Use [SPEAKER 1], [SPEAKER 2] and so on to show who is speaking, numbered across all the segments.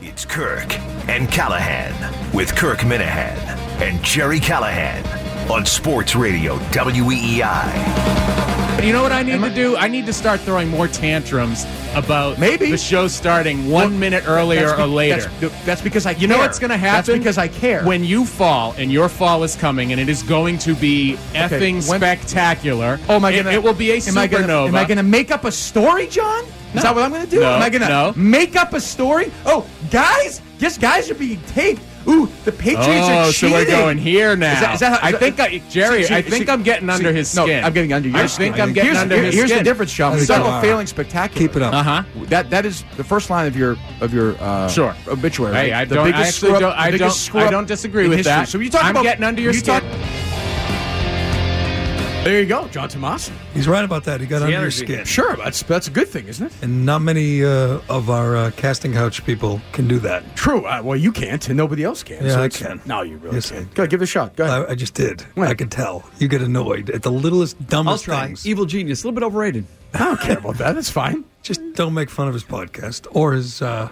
[SPEAKER 1] It's Kirk and Callahan with Kirk Minahan and Jerry Callahan on Sports Radio E WEEI.
[SPEAKER 2] You know what I need to do? I need to start throwing more tantrums about
[SPEAKER 3] Maybe.
[SPEAKER 2] the show starting one minute earlier
[SPEAKER 3] That's be-
[SPEAKER 2] or later.
[SPEAKER 3] That's, that's because I.
[SPEAKER 2] You know what's going to happen?
[SPEAKER 3] That's because I care.
[SPEAKER 2] When you fall, and your fall is coming, and it is going to be effing
[SPEAKER 3] when-
[SPEAKER 2] spectacular.
[SPEAKER 3] oh my
[SPEAKER 2] It-
[SPEAKER 3] god,
[SPEAKER 2] It, will be a
[SPEAKER 3] am I gonna,
[SPEAKER 2] supernova.
[SPEAKER 3] am I going to make up a story, John? Is that what I'm going to do?
[SPEAKER 2] No,
[SPEAKER 3] am I going to
[SPEAKER 2] no.
[SPEAKER 3] make up a story? Oh, guys, guess guys are being taped. Ooh, the Patriots
[SPEAKER 2] Oh,
[SPEAKER 3] are
[SPEAKER 2] so
[SPEAKER 3] cheating.
[SPEAKER 2] we're going here now.
[SPEAKER 3] Is that- is that how-
[SPEAKER 2] I think I, Jerry.
[SPEAKER 3] See, see,
[SPEAKER 2] I think
[SPEAKER 3] see,
[SPEAKER 2] I'm getting under
[SPEAKER 3] see,
[SPEAKER 2] his
[SPEAKER 3] no,
[SPEAKER 2] skin.
[SPEAKER 3] I'm getting under your
[SPEAKER 2] I
[SPEAKER 3] skin.
[SPEAKER 2] think I'm getting
[SPEAKER 3] here's,
[SPEAKER 2] under
[SPEAKER 3] here-
[SPEAKER 2] his
[SPEAKER 3] here's
[SPEAKER 2] skin.
[SPEAKER 3] the difference, Sean.
[SPEAKER 4] That's
[SPEAKER 3] Double
[SPEAKER 4] right.
[SPEAKER 3] failing spectacular.
[SPEAKER 4] Keep it up.
[SPEAKER 2] Uh huh.
[SPEAKER 3] That that is the first line of your of your uh,
[SPEAKER 2] Sure.
[SPEAKER 3] obituary.
[SPEAKER 2] Hey,
[SPEAKER 3] right?
[SPEAKER 2] I
[SPEAKER 3] the
[SPEAKER 2] don't.
[SPEAKER 3] biggest
[SPEAKER 2] I actually
[SPEAKER 3] screw up-
[SPEAKER 2] don't.
[SPEAKER 3] the
[SPEAKER 2] I
[SPEAKER 3] biggest
[SPEAKER 2] don't.
[SPEAKER 3] screw
[SPEAKER 2] I
[SPEAKER 3] up
[SPEAKER 2] don't disagree
[SPEAKER 3] in
[SPEAKER 2] with
[SPEAKER 3] history.
[SPEAKER 2] that.
[SPEAKER 3] So you talk
[SPEAKER 2] I'm
[SPEAKER 3] about
[SPEAKER 2] getting under your
[SPEAKER 3] you
[SPEAKER 2] skin.
[SPEAKER 3] talk- there you go, John Tomas.
[SPEAKER 4] He's right about that. He got under
[SPEAKER 5] energy.
[SPEAKER 4] your skin.
[SPEAKER 3] Sure, that's that's a good thing, isn't it?
[SPEAKER 4] And not many uh, of our uh, casting couch people can do that.
[SPEAKER 3] True. Uh, well, you can't, and nobody else can.
[SPEAKER 4] Yeah, I
[SPEAKER 3] it's-
[SPEAKER 4] can.
[SPEAKER 3] No, you really
[SPEAKER 4] Yes, I
[SPEAKER 3] can't.
[SPEAKER 4] can.
[SPEAKER 3] Go ahead, give it a shot. Go ahead.
[SPEAKER 4] I, I just did.
[SPEAKER 3] When?
[SPEAKER 4] I can tell. You get annoyed at the littlest,
[SPEAKER 5] I'll
[SPEAKER 4] dumbest
[SPEAKER 5] try.
[SPEAKER 4] things.
[SPEAKER 5] Evil genius, a little bit overrated.
[SPEAKER 3] I don't care about that. That's fine.
[SPEAKER 4] Just don't make fun of his podcast or his uh,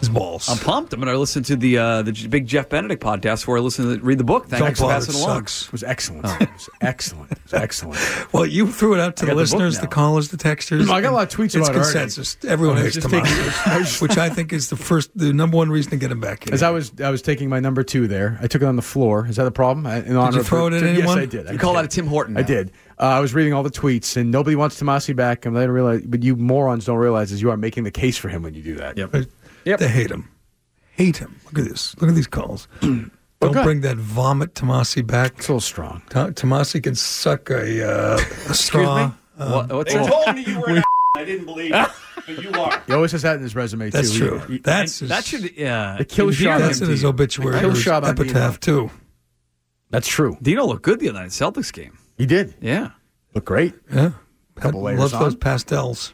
[SPEAKER 4] his balls.
[SPEAKER 5] I'm pumped. I'm going to listen to the uh, the J- big Jeff Benedict podcast where I listen to read the book.
[SPEAKER 4] don't
[SPEAKER 5] Thanks for
[SPEAKER 4] bother. It
[SPEAKER 5] passing along.
[SPEAKER 4] sucks.
[SPEAKER 3] It was excellent.
[SPEAKER 2] Oh.
[SPEAKER 3] It was excellent. It was excellent.
[SPEAKER 4] Well, you threw it out to the
[SPEAKER 3] got the book
[SPEAKER 4] listeners,
[SPEAKER 3] now.
[SPEAKER 4] the, callers, the texters.
[SPEAKER 3] I got a lot of tweets
[SPEAKER 4] it's
[SPEAKER 3] about it already.
[SPEAKER 4] consensus. Everyone
[SPEAKER 3] I was
[SPEAKER 4] hates
[SPEAKER 3] just
[SPEAKER 4] Tomas,
[SPEAKER 3] taking- I was-
[SPEAKER 4] which I think is the first, the number one reason to get him back. Here.
[SPEAKER 3] As I was, I was taking my number two there. I took it on the floor. Is that a problem? I, in honor
[SPEAKER 4] you
[SPEAKER 3] of-
[SPEAKER 4] throw it at
[SPEAKER 3] Yes,
[SPEAKER 4] anyone?
[SPEAKER 3] I did. I
[SPEAKER 5] You call
[SPEAKER 3] did.
[SPEAKER 5] that a Tim Horton?
[SPEAKER 3] I
[SPEAKER 5] now.
[SPEAKER 3] did. Uh, I was reading all the tweets, and nobody wants Tomasi back. And I didn't realize, but you morons don't realize is you are making the case for him when you do that.
[SPEAKER 5] Yep.
[SPEAKER 4] Right?
[SPEAKER 5] Yep.
[SPEAKER 4] They hate him. Hate him. Look at this. Look at these calls. Don't
[SPEAKER 3] Okay.
[SPEAKER 4] bring that vomit Tomasi back.
[SPEAKER 3] It's a little strong.
[SPEAKER 4] Ta- Tomasi can suck a, uh, a straw.
[SPEAKER 5] What, what's
[SPEAKER 6] They
[SPEAKER 5] that?
[SPEAKER 6] told me you were an I I didn't believe it, but you are.
[SPEAKER 3] He always has that in his resume
[SPEAKER 4] That's
[SPEAKER 3] too.
[SPEAKER 4] true.
[SPEAKER 3] He- he-
[SPEAKER 4] that's his,
[SPEAKER 5] That should yeah.
[SPEAKER 3] The kill shot
[SPEAKER 4] that's in his obituary,
[SPEAKER 3] Kill
[SPEAKER 4] or his
[SPEAKER 3] shot on
[SPEAKER 4] epitaph too.
[SPEAKER 3] that's true.
[SPEAKER 5] Dino looked good the other night. at Celtics game.
[SPEAKER 3] He did
[SPEAKER 5] Yeah.
[SPEAKER 3] look great.
[SPEAKER 4] Yeah,
[SPEAKER 3] Couple
[SPEAKER 4] Had-
[SPEAKER 3] layers
[SPEAKER 4] loves those
[SPEAKER 3] on.
[SPEAKER 4] pastels.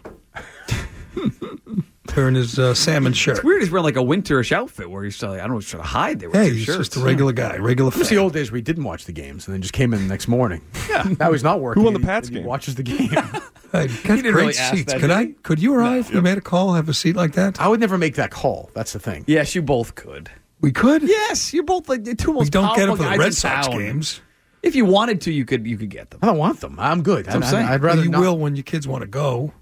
[SPEAKER 4] Wearing his uh, salmon shirt.
[SPEAKER 5] It's weird. He's wearing like a winterish outfit where he's trying, I don't know, he's trying to hide. They were
[SPEAKER 4] Hey,
[SPEAKER 5] two
[SPEAKER 4] he's
[SPEAKER 5] shirts.
[SPEAKER 4] just a regular guy, regular.
[SPEAKER 3] It was the
[SPEAKER 4] fan.
[SPEAKER 3] old days where he didn't watch the games and then just came in the next morning. Yeah, now he's not working.
[SPEAKER 6] Who won the
[SPEAKER 3] and he-
[SPEAKER 6] Pats
[SPEAKER 3] and he
[SPEAKER 6] game?
[SPEAKER 3] watches the game.
[SPEAKER 4] Hey, got
[SPEAKER 5] didn't
[SPEAKER 4] great
[SPEAKER 5] really ask
[SPEAKER 4] seats.
[SPEAKER 5] that,
[SPEAKER 4] could
[SPEAKER 5] did
[SPEAKER 4] I?
[SPEAKER 5] he?
[SPEAKER 4] Could you or I, if we made a call, have a seat like that?
[SPEAKER 3] I would never make that call. That's the thing.
[SPEAKER 5] Yes, you both could.
[SPEAKER 4] We could.
[SPEAKER 5] Yes, you're both like the two most
[SPEAKER 4] We don't get
[SPEAKER 5] powerful
[SPEAKER 4] it for the
[SPEAKER 5] guys in
[SPEAKER 4] Red Sox
[SPEAKER 5] town.
[SPEAKER 4] games.
[SPEAKER 5] If you wanted to, you could you could get them.
[SPEAKER 3] I don't want them. I'm good.
[SPEAKER 5] what I'm saying.
[SPEAKER 3] would rather
[SPEAKER 4] Well, you
[SPEAKER 3] not.
[SPEAKER 4] will when your kids want to go.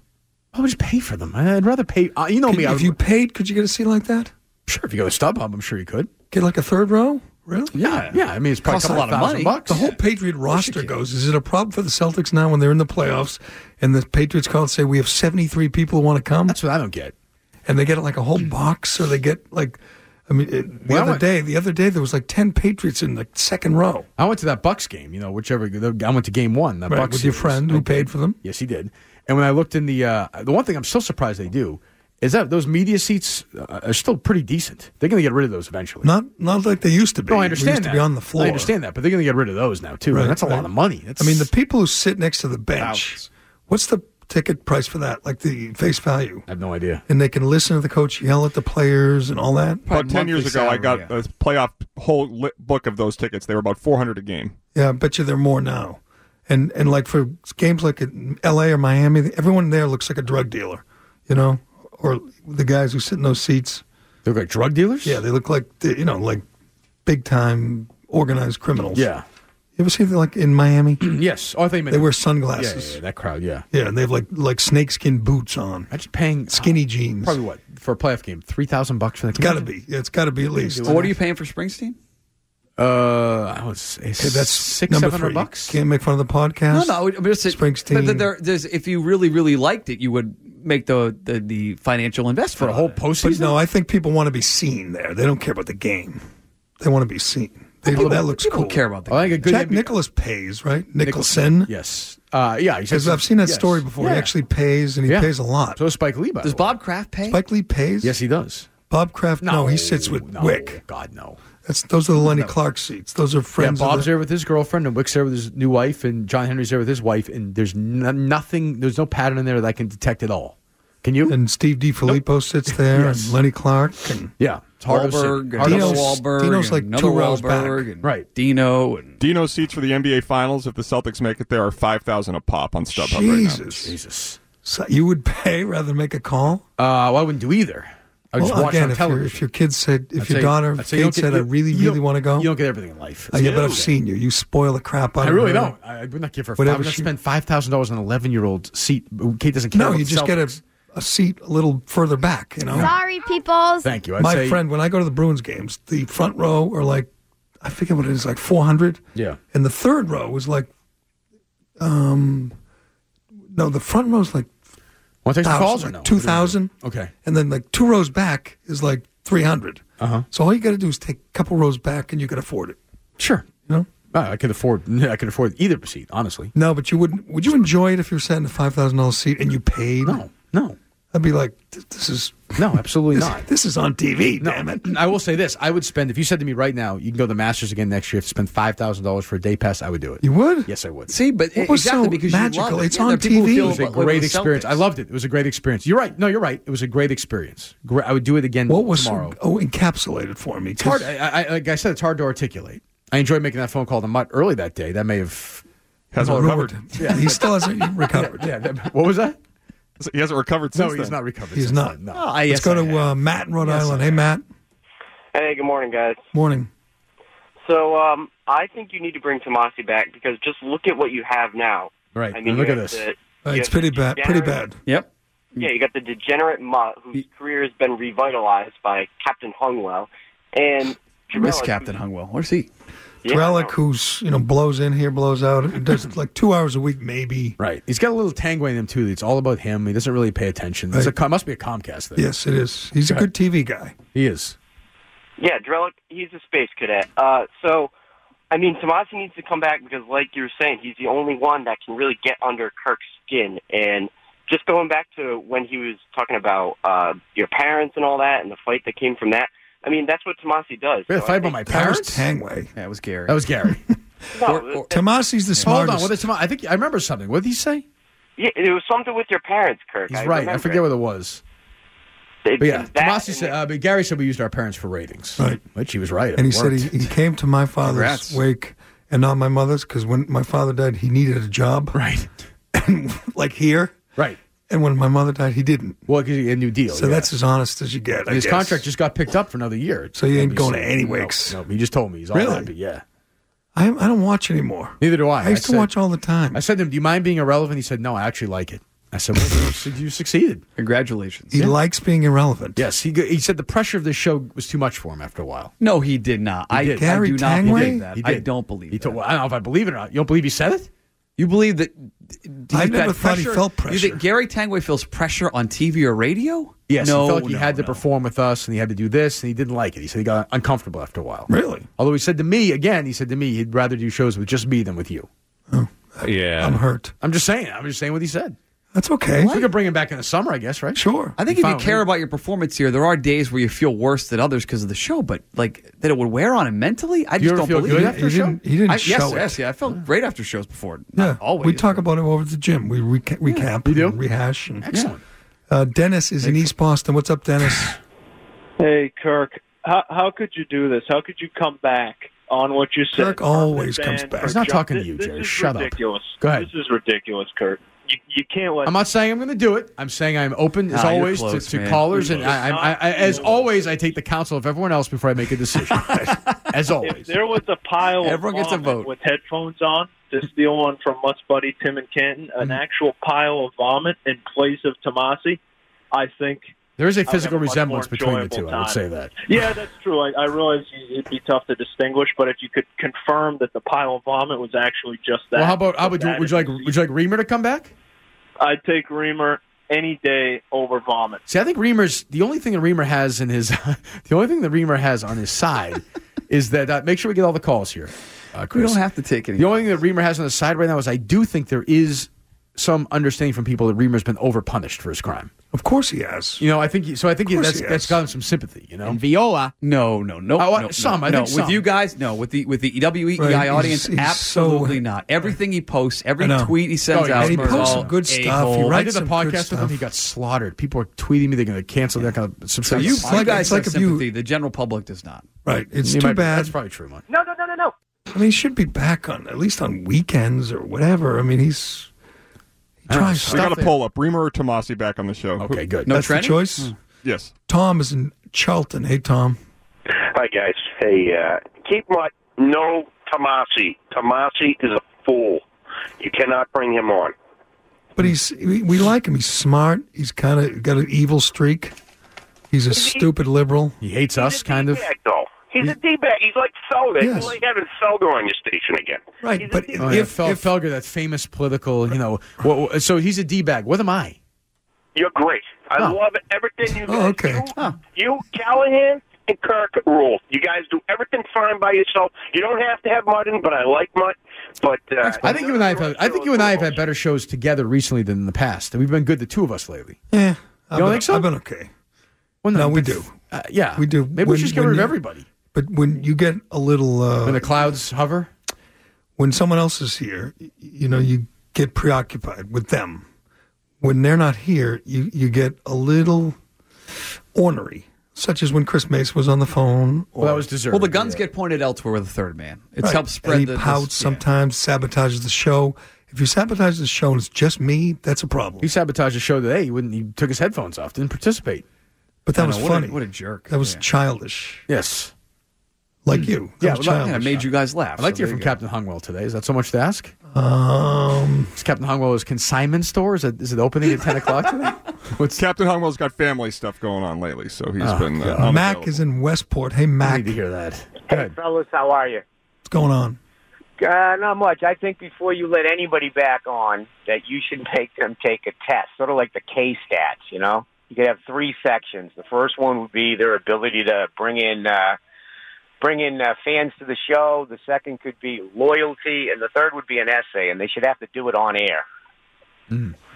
[SPEAKER 3] I would just pay for them. I'd rather pay. Uh, you know
[SPEAKER 4] Could-
[SPEAKER 3] me. I
[SPEAKER 4] if
[SPEAKER 3] would,
[SPEAKER 4] you paid, could you get a seat like that?
[SPEAKER 3] sure if you go to StubHub, I'm sure you could.
[SPEAKER 4] Get like a third row? Really?
[SPEAKER 3] Yeah, yeah. I mean, it's probably
[SPEAKER 5] Costs a
[SPEAKER 3] couple
[SPEAKER 5] lot of
[SPEAKER 3] thousand
[SPEAKER 5] money.
[SPEAKER 3] Bucks.
[SPEAKER 4] The whole Patriot roster goes. Is it a problem for the Celtics now when they're in the playoffs and the Patriots call and say we have 73 people who want to come
[SPEAKER 3] That's what I don't get.
[SPEAKER 4] and they get like a whole box or they get like I mean it, the
[SPEAKER 3] Well, I
[SPEAKER 4] other
[SPEAKER 3] went-
[SPEAKER 4] day the other day there was like 10 Patriots in the second row.
[SPEAKER 3] I went to that Bucks game. You know, whichever. the- I went to game one. That
[SPEAKER 4] Right,
[SPEAKER 3] Bucks
[SPEAKER 4] with your
[SPEAKER 3] series.
[SPEAKER 4] friend who paid for them.
[SPEAKER 3] Yes, he did. And when I looked in the uh, the one thing I'm still surprised they do is that those media seats uh, are still pretty decent. They're going to get rid of those eventually.
[SPEAKER 4] Not not like they used to be.
[SPEAKER 3] No, I
[SPEAKER 4] we
[SPEAKER 3] understand
[SPEAKER 4] used
[SPEAKER 3] that.
[SPEAKER 4] to be on the floor.
[SPEAKER 3] I understand that, but they're going to get rid of those now too.
[SPEAKER 4] Right,
[SPEAKER 3] and that's a
[SPEAKER 4] right.
[SPEAKER 3] lot of money. That's,
[SPEAKER 4] I mean the people who sit next to the bench. What's the ticket price for that? Like the face value.
[SPEAKER 3] I have no idea.
[SPEAKER 4] And they can listen to the coach yell at the players and all that.
[SPEAKER 6] About ten years ago, I got
[SPEAKER 5] salary,
[SPEAKER 6] a playoff whole lit book of those tickets. They were about four hundred a game.
[SPEAKER 4] Yeah, I bet you they're more now. And and like for games like in L.A. or Miami, everyone there looks like a drug dealer, you know, or the guys who sit in those seats.
[SPEAKER 3] They look like drug dealers.
[SPEAKER 4] Yeah, they look like they- you know like big time organized criminals.
[SPEAKER 3] yeah,
[SPEAKER 4] you ever see them like in Miami?
[SPEAKER 3] yes. Oh, I thought you meant
[SPEAKER 4] they
[SPEAKER 3] yeah, yeah,
[SPEAKER 4] wear
[SPEAKER 3] yeah,
[SPEAKER 4] sunglasses.
[SPEAKER 3] that crowd. Yeah,
[SPEAKER 4] Yeah, and they have like like snakeskin boots on,
[SPEAKER 3] imagine paying
[SPEAKER 4] skinny jeans.
[SPEAKER 3] Probably what for a playoff game? Three thousand bucks for that.
[SPEAKER 4] It's got to be. Yeah, it's got to be at least.
[SPEAKER 5] Well, what are you paying for Springsteen?
[SPEAKER 3] Uh, I was
[SPEAKER 4] Okay,
[SPEAKER 3] that's
[SPEAKER 4] that's
[SPEAKER 3] six
[SPEAKER 4] number
[SPEAKER 3] seven hundred
[SPEAKER 4] three.
[SPEAKER 3] bucks.
[SPEAKER 4] Can't make fun of the podcast.
[SPEAKER 5] No, no, I'm just saying-
[SPEAKER 4] Springsteen.
[SPEAKER 5] But there, there's, if you really, really liked it, you would make the the, the financial investment
[SPEAKER 3] for the
[SPEAKER 5] on
[SPEAKER 3] whole
[SPEAKER 5] it.
[SPEAKER 3] postseason.
[SPEAKER 4] But no, I think people want to be seen there. They don't care about the game. They want to be seen. They,
[SPEAKER 5] People-
[SPEAKER 4] that looks
[SPEAKER 5] people
[SPEAKER 4] cool.
[SPEAKER 5] care about that.
[SPEAKER 3] Oh, I think a good
[SPEAKER 4] Jack
[SPEAKER 3] NBA
[SPEAKER 4] Nicholas pays, right? Nicholson.
[SPEAKER 3] Yes. Uh, yeah.
[SPEAKER 4] Because I've seen that story before.
[SPEAKER 3] Yeah.
[SPEAKER 4] He actually pays, and he
[SPEAKER 3] Yeah.
[SPEAKER 4] pays a lot.
[SPEAKER 3] So Spike Lee. By
[SPEAKER 5] Does
[SPEAKER 3] the way.
[SPEAKER 5] Bob Kraft pay?
[SPEAKER 4] Spike Lee pays.
[SPEAKER 3] Yes, he does.
[SPEAKER 4] Bob Kraft. No, he sits with
[SPEAKER 3] no,
[SPEAKER 4] Wick.
[SPEAKER 3] God no.
[SPEAKER 4] That's those are the Lenny Clark seats. Those are
[SPEAKER 3] Yeah,
[SPEAKER 4] friends. of
[SPEAKER 3] Bob's
[SPEAKER 4] the,
[SPEAKER 3] there with his girlfriend, and Wick's there with his new wife, and John Henry's there with his wife, and there's no, nothing. There's no pattern in there that I can detect at all. Can you?
[SPEAKER 4] and Steve DiFilippo sits there,
[SPEAKER 3] Yes.
[SPEAKER 4] and Lenny Clark, and
[SPEAKER 3] yeah, it's hard to see.
[SPEAKER 5] Wahlberg,
[SPEAKER 3] Hard to
[SPEAKER 5] Dino
[SPEAKER 4] Dino's-
[SPEAKER 3] see.
[SPEAKER 5] Wahlberg,
[SPEAKER 4] Dino's
[SPEAKER 5] and
[SPEAKER 4] like
[SPEAKER 5] another
[SPEAKER 4] two rows back.
[SPEAKER 5] Wahlberg, and
[SPEAKER 3] Right.
[SPEAKER 5] Dino, and
[SPEAKER 6] Dino seats for the NBA Finals. If the Celtics make it, there are five thousand a pop on StubHub right now.
[SPEAKER 4] Jesus,
[SPEAKER 3] Jesus.
[SPEAKER 4] so you would pay rather than make a call.
[SPEAKER 3] Uh, well, I wouldn't do either. I just
[SPEAKER 4] Well,
[SPEAKER 3] watch
[SPEAKER 4] again,
[SPEAKER 3] on
[SPEAKER 4] if, your-
[SPEAKER 3] television.
[SPEAKER 4] if your kid said, if
[SPEAKER 3] I'd
[SPEAKER 4] your
[SPEAKER 3] say-
[SPEAKER 4] daughter
[SPEAKER 3] I'd say you
[SPEAKER 4] Kate
[SPEAKER 3] don't get-
[SPEAKER 4] said, I
[SPEAKER 3] you-
[SPEAKER 4] really,
[SPEAKER 3] you don't-
[SPEAKER 4] really want to go.
[SPEAKER 3] You don't get everything in life.
[SPEAKER 4] Uh, yeah, but I've seen you. You spoil the crap out
[SPEAKER 3] I
[SPEAKER 4] of
[SPEAKER 3] really
[SPEAKER 4] her.
[SPEAKER 3] don't. I I would not give her.
[SPEAKER 4] Whatever
[SPEAKER 3] I'm going to
[SPEAKER 4] she-
[SPEAKER 3] spend five thousand dollars on an eleven-year-old seat. Kate doesn't care.
[SPEAKER 4] No,
[SPEAKER 3] about
[SPEAKER 4] you just
[SPEAKER 3] self-
[SPEAKER 4] get a, a seat a little further back. You know,
[SPEAKER 7] Sorry, peoples.
[SPEAKER 3] Thank you. I'd
[SPEAKER 4] my
[SPEAKER 3] say-
[SPEAKER 4] friend, when I go to the Bruins games, the front row are like, I forget what it is, like 400.
[SPEAKER 3] Yeah.
[SPEAKER 4] And the third row was like, um, no, the front row is like
[SPEAKER 3] Want to take some
[SPEAKER 4] thousand,
[SPEAKER 3] calls or
[SPEAKER 4] like
[SPEAKER 3] no?
[SPEAKER 4] 2,000.
[SPEAKER 3] Okay.
[SPEAKER 4] And then like two rows back is like 300.
[SPEAKER 3] Uh-huh.
[SPEAKER 4] So all you got to do is take a couple rows back and you can afford it.
[SPEAKER 3] Sure.
[SPEAKER 4] You know?
[SPEAKER 3] Uh, I could afford. I could afford either seat. Honestly.
[SPEAKER 4] No, but you wouldn't. Would you enjoy it if you were sat in a five thousand dollars seat and you paid?
[SPEAKER 3] No. No.
[SPEAKER 4] I'd be like, "Th- this is
[SPEAKER 3] No. Absolutely
[SPEAKER 4] this,
[SPEAKER 3] not.
[SPEAKER 4] this is on TV.
[SPEAKER 3] No,
[SPEAKER 4] Damn it!
[SPEAKER 3] I will say this: I would spend if you said to me right now, you can go to the Masters again next year. If you spend five thousand dollars for a day pass, I would do it.
[SPEAKER 4] You would?
[SPEAKER 3] Yes, I would.
[SPEAKER 5] See, but
[SPEAKER 4] What
[SPEAKER 5] e-
[SPEAKER 4] was
[SPEAKER 5] exactly
[SPEAKER 4] so
[SPEAKER 5] because you
[SPEAKER 4] magical?
[SPEAKER 5] love it.
[SPEAKER 4] It's
[SPEAKER 5] Yeah,
[SPEAKER 4] on
[SPEAKER 5] there are people who
[SPEAKER 4] TV.
[SPEAKER 5] feel
[SPEAKER 4] It was
[SPEAKER 3] It
[SPEAKER 5] what-
[SPEAKER 3] was a
[SPEAKER 5] what
[SPEAKER 3] great
[SPEAKER 5] the
[SPEAKER 3] experience. I
[SPEAKER 5] Celtics.
[SPEAKER 3] loved it. It was a great experience. You're right. No, you're right. It was a great experience. Gre- I would do it again
[SPEAKER 4] What was
[SPEAKER 3] tomorrow.
[SPEAKER 4] oh encapsulated for me?
[SPEAKER 3] It's hard. I, I, like I said, it's hard to articulate. I enjoyed making that phone call to Mutt early that day. That may have.
[SPEAKER 6] Hasn't recovered.
[SPEAKER 4] recovered. Yeah, he still hasn't recovered.
[SPEAKER 3] Yeah. That, what was that?
[SPEAKER 6] He hasn't recovered
[SPEAKER 3] No,
[SPEAKER 6] since
[SPEAKER 3] he's
[SPEAKER 6] then.
[SPEAKER 3] not recovered.
[SPEAKER 4] He's
[SPEAKER 3] since
[SPEAKER 4] not.
[SPEAKER 3] then, No.
[SPEAKER 4] Let's go to uh, Matt in Rhode Island. Hey, Matt.
[SPEAKER 8] Hey, good morning, guys.
[SPEAKER 4] Morning.
[SPEAKER 8] So um, I think you need to bring Tomasi back because just look at what you have now.
[SPEAKER 3] Right.
[SPEAKER 8] I mean,
[SPEAKER 3] look
[SPEAKER 8] you
[SPEAKER 3] at
[SPEAKER 8] have
[SPEAKER 3] this.
[SPEAKER 8] the-
[SPEAKER 4] Uh,
[SPEAKER 8] you
[SPEAKER 4] it's
[SPEAKER 8] have
[SPEAKER 4] pretty
[SPEAKER 8] the
[SPEAKER 4] bad. Pretty
[SPEAKER 8] degenerate-
[SPEAKER 4] bad.
[SPEAKER 5] Yep.
[SPEAKER 8] Yeah, you got the degenerate Mutt, whose career has been revitalized by Captain Hungwell, and
[SPEAKER 5] Miss
[SPEAKER 8] Jabrelic,
[SPEAKER 5] Captain Hungwell. Where's he?
[SPEAKER 8] yeah,
[SPEAKER 4] Relic,
[SPEAKER 8] no.
[SPEAKER 4] who's you know blows in here, blows out. It does like two hours a week, maybe.
[SPEAKER 3] Right. He's got a little tangway in him too. It's all about him. He doesn't really pay attention. It's a
[SPEAKER 4] Right.
[SPEAKER 3] com- must be a Comcast thing.
[SPEAKER 4] Yes, it is. He's a good TV guy.
[SPEAKER 3] He is.
[SPEAKER 8] Yeah, Drellick, he's a space cadet. Uh, so, I mean, Tomasi needs to come back because, like you were saying, he's the only one that can really get under Kirk's skin. And just going back to when he was talking about uh, your parents and all that and the fight that came from that, I mean, that's what Tomasi does.
[SPEAKER 3] We had
[SPEAKER 8] So I
[SPEAKER 3] a fight
[SPEAKER 8] think-
[SPEAKER 3] about my
[SPEAKER 4] That was
[SPEAKER 3] parents.
[SPEAKER 4] Tangway.
[SPEAKER 5] That was Gary.
[SPEAKER 3] That was Gary.
[SPEAKER 8] No,
[SPEAKER 5] or-
[SPEAKER 4] Tomasi's the
[SPEAKER 3] Hold on.
[SPEAKER 4] smartest.
[SPEAKER 3] What is, I think I remember something. What did he say?
[SPEAKER 8] yeah, it was something with your parents, Kirk.
[SPEAKER 3] He's
[SPEAKER 8] I
[SPEAKER 3] right. I
[SPEAKER 8] remember
[SPEAKER 3] forget
[SPEAKER 8] it.
[SPEAKER 3] what it was.
[SPEAKER 8] It-
[SPEAKER 3] But yeah,
[SPEAKER 8] that
[SPEAKER 3] Tomasi
[SPEAKER 8] and
[SPEAKER 3] said,
[SPEAKER 8] it-
[SPEAKER 3] uh, but Gary said we used our parents for ratings.
[SPEAKER 4] Right.
[SPEAKER 3] Which he was right. It
[SPEAKER 4] and he said
[SPEAKER 3] worked.
[SPEAKER 4] he, he came to my father's
[SPEAKER 5] Congrats.
[SPEAKER 4] wake and not my mother's because when my father died, he needed a job,
[SPEAKER 3] right.
[SPEAKER 4] like here.
[SPEAKER 3] Right.
[SPEAKER 4] And when my mother died, he didn't.
[SPEAKER 3] Well, 'cause he had a new deal.
[SPEAKER 4] So
[SPEAKER 3] yeah.
[SPEAKER 4] that's as honest as you get. I
[SPEAKER 3] And his
[SPEAKER 4] guess.
[SPEAKER 3] contract just got picked up for another year.
[SPEAKER 4] So he ain't
[SPEAKER 3] NBC.
[SPEAKER 4] going to any wakes.
[SPEAKER 3] No, no, he just told me he's all
[SPEAKER 4] Really?
[SPEAKER 3] happy. Yeah.
[SPEAKER 4] I, I don't watch anymore.
[SPEAKER 3] Neither do I.
[SPEAKER 4] I used to
[SPEAKER 3] said-
[SPEAKER 4] watch all the time.
[SPEAKER 3] I said to him, "Do you mind being irrelevant?" He said, "No, I actually like it." I said, well, you su- "You succeeded."
[SPEAKER 5] Congratulations.
[SPEAKER 4] he likes being irrelevant.
[SPEAKER 3] Yes, he go- he said the pressure of this show was too much for him after a while.
[SPEAKER 5] No, he did not. I,
[SPEAKER 3] did.
[SPEAKER 5] I
[SPEAKER 4] Gary
[SPEAKER 5] do not
[SPEAKER 4] Tangway?
[SPEAKER 5] believe that.
[SPEAKER 3] He
[SPEAKER 5] I
[SPEAKER 3] did.
[SPEAKER 5] don't believe
[SPEAKER 3] He
[SPEAKER 5] that.
[SPEAKER 3] told, well, I don't know if I believe it or not. You don't believe he said it?
[SPEAKER 5] You believe that? do you
[SPEAKER 4] I
[SPEAKER 5] think
[SPEAKER 4] never
[SPEAKER 5] that
[SPEAKER 4] thought he felt
[SPEAKER 5] You
[SPEAKER 4] pressure.
[SPEAKER 5] think Gary Tangway feels pressure on TV or radio?
[SPEAKER 3] Yes,
[SPEAKER 5] no,
[SPEAKER 3] he felt like he
[SPEAKER 5] no,
[SPEAKER 3] had to
[SPEAKER 5] no.
[SPEAKER 3] perform with us, and he had to do this, and he didn't like it. He said he got uncomfortable after a while.
[SPEAKER 4] Really?
[SPEAKER 3] Although he said to me again, he said to me he'd rather do shows with just me than with you.
[SPEAKER 6] Yeah.
[SPEAKER 4] I'm hurt.
[SPEAKER 3] I'm just saying. I'm just saying what he said.
[SPEAKER 4] That's okay.
[SPEAKER 3] We could bring him back in the summer, I guess, right?
[SPEAKER 4] Sure.
[SPEAKER 5] I think
[SPEAKER 3] He
[SPEAKER 5] if you
[SPEAKER 3] found-
[SPEAKER 5] care about your performance here, there are days where you feel worse than others because of the show, but like that it would wear on him mentally, I
[SPEAKER 3] Do you ever
[SPEAKER 5] just don't
[SPEAKER 3] feel
[SPEAKER 5] believe
[SPEAKER 3] good
[SPEAKER 5] it.
[SPEAKER 3] after
[SPEAKER 4] he
[SPEAKER 3] a show?
[SPEAKER 4] didn't, he didn't
[SPEAKER 5] I,
[SPEAKER 4] show
[SPEAKER 5] yes,
[SPEAKER 4] it.
[SPEAKER 5] yes, yeah. I felt great after shows before.
[SPEAKER 4] Yeah,
[SPEAKER 5] Not always.
[SPEAKER 4] we talk about it over at the gym. We recap, recap
[SPEAKER 3] You do?
[SPEAKER 4] and rehash. And,
[SPEAKER 3] Excellent.
[SPEAKER 4] Uh, Dennis is in East Boston. What's up, Dennis?
[SPEAKER 9] Hey, Kirk, how, how could you do this? How could you come back on what you said?
[SPEAKER 4] Kirk always comes
[SPEAKER 9] And-
[SPEAKER 4] back.
[SPEAKER 3] He's not talking to
[SPEAKER 9] This-
[SPEAKER 3] you,
[SPEAKER 9] this
[SPEAKER 3] Jerry.
[SPEAKER 9] is
[SPEAKER 3] Shut up.
[SPEAKER 9] ridiculous.
[SPEAKER 3] Go ahead. Oh,
[SPEAKER 9] This is ridiculous, Kirk. You, you can't let
[SPEAKER 3] I'm not saying I'm going to do it. I'm saying I'm open, as
[SPEAKER 5] Ah, you're
[SPEAKER 3] always,
[SPEAKER 5] close,
[SPEAKER 3] to, to
[SPEAKER 5] man.
[SPEAKER 3] callers.
[SPEAKER 9] You're
[SPEAKER 3] And
[SPEAKER 9] close.
[SPEAKER 3] I, I, I, as always, I take the counsel of everyone else before I make a decision. as
[SPEAKER 9] If
[SPEAKER 3] always.
[SPEAKER 9] there was a pile of
[SPEAKER 5] Everyone gets a
[SPEAKER 9] vomit
[SPEAKER 5] vote.
[SPEAKER 9] with headphones on, to steal one from Mutt's buddy Tim and Canton,
[SPEAKER 3] Mm-hmm.
[SPEAKER 9] an actual pile of vomit in place of Tomasi, I think.
[SPEAKER 3] There is a
[SPEAKER 9] I'd
[SPEAKER 3] physical
[SPEAKER 9] have a much
[SPEAKER 3] resemblance
[SPEAKER 9] more
[SPEAKER 3] between the two.
[SPEAKER 9] enjoyable
[SPEAKER 3] I would
[SPEAKER 9] time.
[SPEAKER 3] say that.
[SPEAKER 9] Yeah, that's true. I, I realize you- it'd be tough to distinguish, but if you could confirm that the pile of vomit was actually just that.
[SPEAKER 3] Well, how about how
[SPEAKER 9] that
[SPEAKER 3] would you, would you
[SPEAKER 9] is-
[SPEAKER 3] like would you like Reamer to come back?
[SPEAKER 9] I'd take Reamer any day over vomit.
[SPEAKER 3] See, I think Reamer's the only thing that Reamer has in his the only thing that Reamer has on his side is that uh, make sure we get all the calls here. Uh,
[SPEAKER 5] We
[SPEAKER 3] Chris.
[SPEAKER 5] don't have to take any.
[SPEAKER 3] The only thing that Reamer has on his side right now is I do think there is some understanding from people that Reamer's been overpunished for his crime.
[SPEAKER 4] Of course he has.
[SPEAKER 3] You know, I think he, so. I think he,
[SPEAKER 4] course
[SPEAKER 3] that's
[SPEAKER 4] he
[SPEAKER 3] that's
[SPEAKER 4] is.
[SPEAKER 3] got him some sympathy. You know,
[SPEAKER 5] Viola. No, no, no.
[SPEAKER 4] Oh,
[SPEAKER 3] I want
[SPEAKER 5] no, no,
[SPEAKER 3] some, I
[SPEAKER 5] no.
[SPEAKER 3] think
[SPEAKER 5] with
[SPEAKER 3] some.
[SPEAKER 5] you guys, no. With the with the EWEI
[SPEAKER 4] Right, he's-
[SPEAKER 5] audience,
[SPEAKER 4] he's so-
[SPEAKER 5] absolutely not. Everything he posts, every
[SPEAKER 4] I know.
[SPEAKER 5] tweet he
[SPEAKER 3] Oh,
[SPEAKER 5] sends
[SPEAKER 3] yeah.
[SPEAKER 5] out,
[SPEAKER 4] And he
[SPEAKER 5] is
[SPEAKER 4] posts
[SPEAKER 5] all
[SPEAKER 4] some good stuff. He
[SPEAKER 5] a-hole.
[SPEAKER 3] I
[SPEAKER 4] writes
[SPEAKER 3] did a
[SPEAKER 4] some good
[SPEAKER 3] podcast with him.
[SPEAKER 4] stuff.
[SPEAKER 3] He got slaughtered. People are tweeting me. They're going to cancel. They're going to subscribe.
[SPEAKER 5] You,
[SPEAKER 3] to
[SPEAKER 4] like-
[SPEAKER 5] you guys
[SPEAKER 4] it's like
[SPEAKER 5] have
[SPEAKER 4] if you-
[SPEAKER 5] sympathy. The general public does not.
[SPEAKER 4] Right. It's
[SPEAKER 3] You
[SPEAKER 4] too
[SPEAKER 3] might be-
[SPEAKER 4] bad.
[SPEAKER 3] That's probably true, Mike.
[SPEAKER 8] no, no, no, no, no.
[SPEAKER 4] I mean, he should be back on at least on weekends or whatever. I mean, he's he
[SPEAKER 3] I don't know,
[SPEAKER 4] tries.
[SPEAKER 3] stuff
[SPEAKER 6] We got
[SPEAKER 3] there.
[SPEAKER 6] a poll up. Reamer or Tomasi back on the show?
[SPEAKER 3] Okay, good.
[SPEAKER 5] No
[SPEAKER 4] That's the
[SPEAKER 5] trending?
[SPEAKER 3] Hmm.
[SPEAKER 4] choice.
[SPEAKER 6] Yes.
[SPEAKER 4] Tom is in Charlton. Hey, Tom.
[SPEAKER 7] Hi guys. Hey, uh, keep my no Tomasi. Tomasi is a fool. You cannot bring him on.
[SPEAKER 4] But he's we, we like him. He's smart. He's kind of got an evil streak. He's a stupid liberal.
[SPEAKER 3] He hates us, kind of.
[SPEAKER 7] D-bag, though. He's a D bag. He's like Felder.
[SPEAKER 4] Yes.
[SPEAKER 7] He's like having Felder on your station again.
[SPEAKER 4] Right, but
[SPEAKER 3] Oh, yeah,
[SPEAKER 4] if,
[SPEAKER 3] Fel-
[SPEAKER 4] if
[SPEAKER 3] Felger, that famous political, you know, wha- wha- so he's a d bag. What am I?
[SPEAKER 7] You're great. I
[SPEAKER 3] Oh.
[SPEAKER 7] love everything you guys
[SPEAKER 4] Oh, okay.
[SPEAKER 7] do. You, Callahan, and Kirk rule. You guys do everything fine by yourself. You don't have to have Martin, but I like Mutt. But uh,
[SPEAKER 3] I think you and I have had, I think you and I have had better shows together recently than in the past, and we've been good the two of us lately.
[SPEAKER 4] yeah, I've
[SPEAKER 3] don't
[SPEAKER 4] been,
[SPEAKER 3] think so?
[SPEAKER 4] I've been okay.
[SPEAKER 3] Well,
[SPEAKER 4] No, we
[SPEAKER 3] but-
[SPEAKER 4] do.
[SPEAKER 3] Uh, yeah,
[SPEAKER 4] We do.
[SPEAKER 3] Maybe we
[SPEAKER 4] When-
[SPEAKER 3] should just get
[SPEAKER 4] when
[SPEAKER 3] rid of
[SPEAKER 4] you-
[SPEAKER 3] everybody
[SPEAKER 4] But when you get a little uh,
[SPEAKER 3] when the clouds hover.
[SPEAKER 4] when someone else is here, y- you know, you get preoccupied with them. When they're not here, you, you get a little ornery, such as when Chris Mace was on the phone. Or,
[SPEAKER 3] Well, that was deserved.
[SPEAKER 5] Well, the guns get pointed elsewhere with a third man. It
[SPEAKER 4] Right.
[SPEAKER 5] helps spread
[SPEAKER 4] And he
[SPEAKER 5] the.
[SPEAKER 4] pouts
[SPEAKER 5] this- yeah.
[SPEAKER 4] sometimes, sabotages the show. If you sabotage the show and it's just me, that's a problem.
[SPEAKER 3] He sabotaged the show today. He wouldn't. He took his headphones off. Didn't participate.
[SPEAKER 4] But that
[SPEAKER 5] I
[SPEAKER 4] was
[SPEAKER 5] know, what a-
[SPEAKER 4] funny.
[SPEAKER 5] what a jerk.
[SPEAKER 4] That was
[SPEAKER 5] Yeah. Hmm.
[SPEAKER 4] childish,
[SPEAKER 3] Yes,
[SPEAKER 4] like you. That
[SPEAKER 3] Yeah,
[SPEAKER 4] was
[SPEAKER 3] well, yeah,
[SPEAKER 5] Yeah, it
[SPEAKER 4] childish.
[SPEAKER 5] made you guys laugh.
[SPEAKER 3] I'd like to
[SPEAKER 5] so
[SPEAKER 3] hear
[SPEAKER 5] there
[SPEAKER 3] from
[SPEAKER 5] you go.
[SPEAKER 3] Captain Hungwell today. Is that so much to ask?
[SPEAKER 4] um,
[SPEAKER 3] Is Captain Hungwell's consignment store is it, is it opening at ten o'clock today? What's
[SPEAKER 6] Captain Hungwell's got family stuff going on lately, so he's been. Uh,
[SPEAKER 4] Mac
[SPEAKER 6] unavailable.
[SPEAKER 4] is in Westport. Hey,
[SPEAKER 3] I
[SPEAKER 4] Mac,
[SPEAKER 3] need to
[SPEAKER 4] what's
[SPEAKER 3] hear that.
[SPEAKER 9] Hey, fellas, how are you?
[SPEAKER 4] going on?
[SPEAKER 9] Uh, not much. I think before you let anybody back on, that you should make them take a test, sort of like the K stats. You know, you could have three sections. The first one would be their ability to bring in uh, bring in uh, fans to the show. The second could be loyalty, and the third would be an essay. And they should have to do it on air.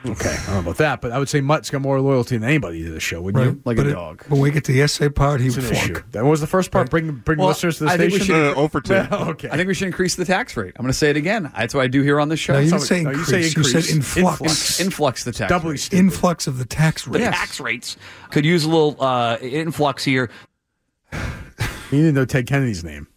[SPEAKER 3] Okay, I don't know about that, but I would say Mutt's got more loyalty than anybody to the show. Wouldn't you?
[SPEAKER 5] Like
[SPEAKER 4] but
[SPEAKER 5] a
[SPEAKER 4] it-
[SPEAKER 5] dog.
[SPEAKER 4] When we get to the essay part, he
[SPEAKER 3] It's
[SPEAKER 4] would
[SPEAKER 3] an issue.
[SPEAKER 4] flunk.
[SPEAKER 3] That was the first part. Bring bring
[SPEAKER 5] Well,
[SPEAKER 3] listeners to the
[SPEAKER 5] I think
[SPEAKER 3] station.
[SPEAKER 5] we
[SPEAKER 6] Uh, oh for two.
[SPEAKER 3] Well, okay.
[SPEAKER 5] I think we should increase the tax rate. I'm going to say it again. That's what I do here on the show.
[SPEAKER 4] No, you
[SPEAKER 5] So-
[SPEAKER 4] didn't say
[SPEAKER 3] no, you
[SPEAKER 4] increase.
[SPEAKER 3] say
[SPEAKER 4] You said
[SPEAKER 3] increase.
[SPEAKER 4] influx.
[SPEAKER 3] Influx.
[SPEAKER 5] influx the tax.
[SPEAKER 3] doubly
[SPEAKER 5] rate.
[SPEAKER 3] stupid.
[SPEAKER 4] influx of the tax
[SPEAKER 10] The
[SPEAKER 4] rate.
[SPEAKER 10] tax rates could use a little uh, influx here.
[SPEAKER 3] You didn't know Ted Kennedy's name.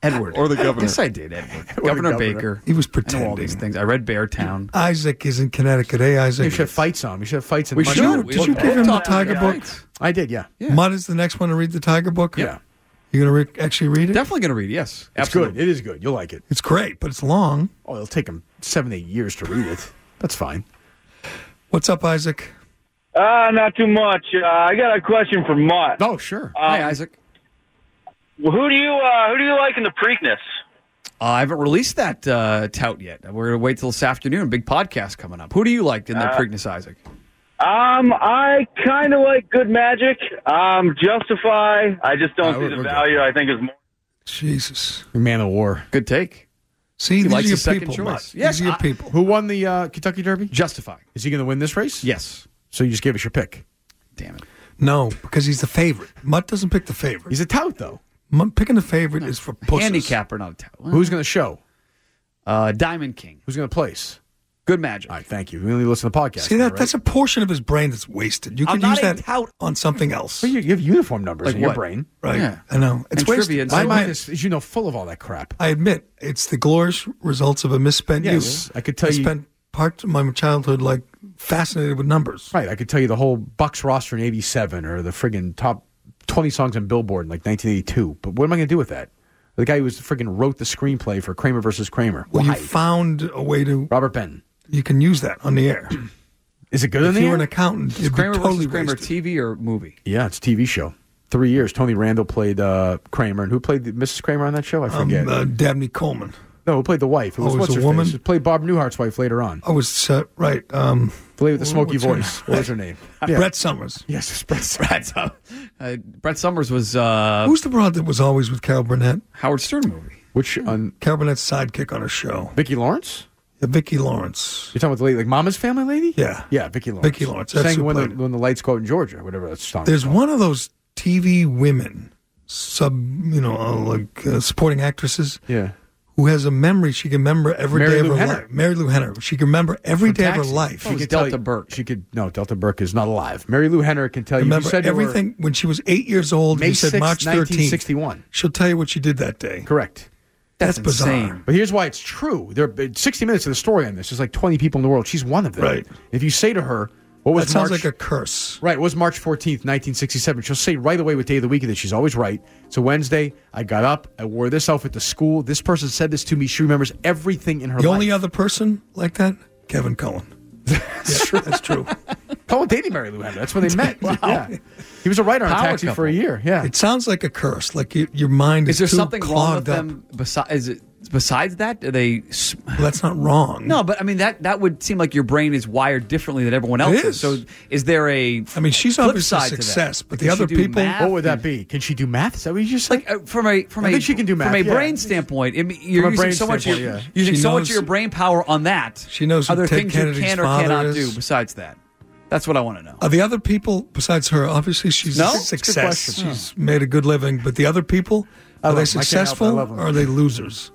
[SPEAKER 5] Edward
[SPEAKER 6] Or the governor.
[SPEAKER 5] Yes, I did. Edward. governor,
[SPEAKER 3] governor.
[SPEAKER 5] Baker.
[SPEAKER 4] He was
[SPEAKER 5] I know all these
[SPEAKER 4] pretending.
[SPEAKER 5] things. I read Beartown.
[SPEAKER 4] Isaac is in Connecticut. Hey, Isaac.
[SPEAKER 3] You should have fights on. him. You should have fights. In
[SPEAKER 5] We
[SPEAKER 3] Mutt.
[SPEAKER 5] should.
[SPEAKER 4] you-
[SPEAKER 5] We
[SPEAKER 4] did you
[SPEAKER 5] should-
[SPEAKER 4] give him the
[SPEAKER 5] Talk
[SPEAKER 4] Tiger
[SPEAKER 5] about
[SPEAKER 4] book?
[SPEAKER 5] it.
[SPEAKER 3] I did. Yeah.
[SPEAKER 5] Yeah.
[SPEAKER 4] Mudd is the next one to read the Tiger book.
[SPEAKER 3] Yeah.
[SPEAKER 4] You're gonna re- actually read it.
[SPEAKER 5] Definitely going to read. Yes,
[SPEAKER 3] It's
[SPEAKER 5] absolutely.
[SPEAKER 3] good. It is good. You'll like it.
[SPEAKER 4] It's great, but it's long.
[SPEAKER 3] Oh, it'll take him seven, eight years to read it. That's fine.
[SPEAKER 4] What's up, Isaac?
[SPEAKER 9] Uh, not too much. Uh, I got a question for Mutt.
[SPEAKER 3] Oh, sure.
[SPEAKER 5] Hi,
[SPEAKER 4] Um,
[SPEAKER 5] Isaac.
[SPEAKER 9] Who do you uh, who do you like in the Preakness?
[SPEAKER 5] Uh, I haven't released that uh, tout yet. We're going to wait till this afternoon. Big podcast coming up. Who do you like in the Preakness, Isaac?
[SPEAKER 9] Um, I kind of like Good Magic. Um, Justify. I just don't
[SPEAKER 3] Uh,
[SPEAKER 9] see
[SPEAKER 3] we're-
[SPEAKER 9] the
[SPEAKER 3] we're good.
[SPEAKER 9] value. I think is more.
[SPEAKER 4] Jesus.
[SPEAKER 3] Man of War.
[SPEAKER 5] Good take.
[SPEAKER 4] See, these
[SPEAKER 5] likes
[SPEAKER 4] are your
[SPEAKER 5] his second
[SPEAKER 4] people.
[SPEAKER 5] choice.
[SPEAKER 4] Mutt.
[SPEAKER 5] Yes,
[SPEAKER 4] these are your
[SPEAKER 5] I-
[SPEAKER 4] people.
[SPEAKER 3] Who won the uh, Kentucky Derby?
[SPEAKER 5] Justify.
[SPEAKER 3] Is he going to win this race?
[SPEAKER 5] Yes.
[SPEAKER 3] So you just gave us your pick.
[SPEAKER 5] Damn it.
[SPEAKER 4] No, because he's the favorite. Mutt doesn't pick the favorite.
[SPEAKER 3] He's a tout, though.
[SPEAKER 4] Mutt, picking the favorite is for pussies.
[SPEAKER 5] Handicapper, not a tout.
[SPEAKER 3] Who's going to show?
[SPEAKER 5] Uh, Diamond King.
[SPEAKER 3] Who's going to place?
[SPEAKER 5] Good magic.
[SPEAKER 3] All right. Thank you. We only listen to the podcast.
[SPEAKER 4] See that?
[SPEAKER 3] now, right?
[SPEAKER 4] That's a portion of his brain that's wasted. You
[SPEAKER 5] I'm
[SPEAKER 4] could
[SPEAKER 5] not
[SPEAKER 4] use
[SPEAKER 5] a
[SPEAKER 4] that
[SPEAKER 5] tout.
[SPEAKER 4] on something else.
[SPEAKER 3] But you, you have uniform numbers
[SPEAKER 5] Like
[SPEAKER 3] in your
[SPEAKER 5] what?
[SPEAKER 3] brain.
[SPEAKER 4] right.
[SPEAKER 5] Yeah.
[SPEAKER 4] I know. It's
[SPEAKER 5] And
[SPEAKER 4] wasted.
[SPEAKER 5] trivia and
[SPEAKER 4] I
[SPEAKER 3] My
[SPEAKER 5] so
[SPEAKER 4] admit-
[SPEAKER 3] mind is, is, you know, full of all that crap.
[SPEAKER 4] I admit it's the glorious results of a misspent
[SPEAKER 3] Yeah,
[SPEAKER 4] use.
[SPEAKER 3] I could tell
[SPEAKER 4] I
[SPEAKER 3] you-
[SPEAKER 4] spent part of my childhood like fascinated with numbers.
[SPEAKER 3] Right. I could tell you the whole Bucks roster in 87 or the friggin' top 20 songs on Billboard in like 1982. But what am I going to do with that? The guy who was friggin' wrote the screenplay for Kramer versus Kramer.
[SPEAKER 4] Well, you
[SPEAKER 3] Why?
[SPEAKER 4] found a way to
[SPEAKER 3] Robert Benton.
[SPEAKER 4] you can use that on the air.
[SPEAKER 3] Is it good on
[SPEAKER 4] if
[SPEAKER 3] the
[SPEAKER 4] you
[SPEAKER 3] air?
[SPEAKER 4] were an accountant, it'd
[SPEAKER 5] Kramer
[SPEAKER 4] be totally
[SPEAKER 5] versus Kramer,
[SPEAKER 4] wasted.
[SPEAKER 5] TV or movie?
[SPEAKER 3] yeah, it's a TV show. Three years. Tony Randall played uh, Kramer. And who played the, Mrs. Kramer on that show? I
[SPEAKER 4] Um,
[SPEAKER 3] forget.
[SPEAKER 4] uh, Dabney Coleman.
[SPEAKER 3] no, who played the wife? It was,
[SPEAKER 4] oh, it was
[SPEAKER 3] what's
[SPEAKER 4] a
[SPEAKER 3] her
[SPEAKER 4] woman?
[SPEAKER 3] Face? It played Bob Newhart's wife later on.
[SPEAKER 4] Oh, it's uh, right. Um,
[SPEAKER 3] The lady with the smoky
[SPEAKER 4] what's her
[SPEAKER 3] voice. What was her name? Yeah.
[SPEAKER 4] Brett Summers.
[SPEAKER 3] Yes, it's Brett.
[SPEAKER 5] Brett, Sum- uh, Brett Summers was uh,
[SPEAKER 4] Who's the broad that was always with Carol Burnett?
[SPEAKER 5] Howard Stern movie.
[SPEAKER 3] Which on
[SPEAKER 4] Carol Burnett's sidekick on her show.
[SPEAKER 3] Vicki Lawrence?
[SPEAKER 4] Yeah, Vicki Lawrence.
[SPEAKER 3] You're talking about the lady, like Mama's Family lady?
[SPEAKER 4] Yeah.
[SPEAKER 3] Yeah, Vicki Lawrence.
[SPEAKER 4] Vicki Lawrence, that's
[SPEAKER 3] Sang
[SPEAKER 4] who
[SPEAKER 3] when the,
[SPEAKER 4] played it.
[SPEAKER 3] when the lights go out in Georgia, whatever that song.
[SPEAKER 4] There's one of those TV women, sub, you know, uh, like uh, supporting actresses.
[SPEAKER 3] Yeah.
[SPEAKER 4] who has a memory she can remember every day
[SPEAKER 3] Mary
[SPEAKER 4] of
[SPEAKER 3] Lou
[SPEAKER 4] her
[SPEAKER 3] Henner.
[SPEAKER 4] life. Mary Lou Henner. She can remember every day of her
[SPEAKER 3] Taxi.
[SPEAKER 4] life.
[SPEAKER 5] Oh,
[SPEAKER 4] She
[SPEAKER 5] was
[SPEAKER 3] tell
[SPEAKER 5] Delta
[SPEAKER 3] you-
[SPEAKER 5] Burke.
[SPEAKER 3] She could no. Delta Burke is not alive. Mary Lou Henner can tell
[SPEAKER 4] can
[SPEAKER 3] you.
[SPEAKER 4] remember
[SPEAKER 3] you said to her
[SPEAKER 4] everything when she was eight years old.
[SPEAKER 3] May
[SPEAKER 4] you said
[SPEAKER 3] 6th,
[SPEAKER 4] March 13th.
[SPEAKER 3] 1961.
[SPEAKER 4] She'll tell you what she did that day.
[SPEAKER 3] Correct.
[SPEAKER 4] That's, bizarre.
[SPEAKER 5] insane.
[SPEAKER 3] But here's why it's true. There, are 60 minutes of the story on this. There's like 20 people in the world. She's one of them.
[SPEAKER 4] Right.
[SPEAKER 3] If you say to her, What was
[SPEAKER 4] That sounds
[SPEAKER 3] March-
[SPEAKER 4] like a curse.
[SPEAKER 3] Right, it was March 14th, 1967. She'll say right away what day of the week it is. She's always right. So Wednesday, I got up, I wore this outfit to school. This person said this to me. She remembers everything in her
[SPEAKER 4] The
[SPEAKER 3] life.
[SPEAKER 4] only other person like that, Kevin Cohen.
[SPEAKER 3] that's true. Cohen dated Mary Lou Henner. That's when they met. Yeah. He was a writer on
[SPEAKER 4] Power
[SPEAKER 3] Taxi
[SPEAKER 4] couple.
[SPEAKER 3] for a year. Yeah.
[SPEAKER 4] It sounds like a curse. Like you, your mind is,
[SPEAKER 5] Is
[SPEAKER 4] too
[SPEAKER 5] there something wrong with
[SPEAKER 4] clogged up.
[SPEAKER 5] them besides? Is it besides that? Do they? s-
[SPEAKER 4] that's not wrong.
[SPEAKER 5] No, but I mean that that would seem like your brain is wired differently than everyone
[SPEAKER 4] It
[SPEAKER 5] else's.
[SPEAKER 4] is.
[SPEAKER 5] So is there a?
[SPEAKER 4] I mean, she's
[SPEAKER 5] flip
[SPEAKER 4] obviously
[SPEAKER 5] side to that?
[SPEAKER 4] success, but
[SPEAKER 5] Can
[SPEAKER 4] the
[SPEAKER 5] she
[SPEAKER 4] other
[SPEAKER 5] do
[SPEAKER 4] people-
[SPEAKER 5] math?
[SPEAKER 3] What would that be? Can she do math? Is that what you just said?
[SPEAKER 5] Like uh, from a from
[SPEAKER 3] I
[SPEAKER 5] a
[SPEAKER 3] think she can do math,
[SPEAKER 5] from a
[SPEAKER 3] yeah.
[SPEAKER 5] brain standpoint. I mean, you're
[SPEAKER 3] From a
[SPEAKER 5] using
[SPEAKER 3] brain
[SPEAKER 5] so much of your,
[SPEAKER 3] standpoint, yeah.
[SPEAKER 5] using
[SPEAKER 3] She
[SPEAKER 5] so much
[SPEAKER 3] knows-
[SPEAKER 5] of your brain power on that.
[SPEAKER 4] She knows who
[SPEAKER 5] other
[SPEAKER 4] Ted
[SPEAKER 5] things
[SPEAKER 4] Kennedy's
[SPEAKER 5] you can or
[SPEAKER 4] father
[SPEAKER 5] cannot
[SPEAKER 4] is.
[SPEAKER 5] do besides that. That's what I want to know.
[SPEAKER 4] Are the other people besides her? Obviously, she's
[SPEAKER 5] No?
[SPEAKER 4] a
[SPEAKER 5] It's a good
[SPEAKER 4] success.
[SPEAKER 5] question.
[SPEAKER 4] She's made a good living, but the other people
[SPEAKER 3] I
[SPEAKER 4] are
[SPEAKER 3] love 'em. I
[SPEAKER 4] they
[SPEAKER 3] can't help it. I
[SPEAKER 4] successful
[SPEAKER 3] love 'em.
[SPEAKER 4] or are they losers?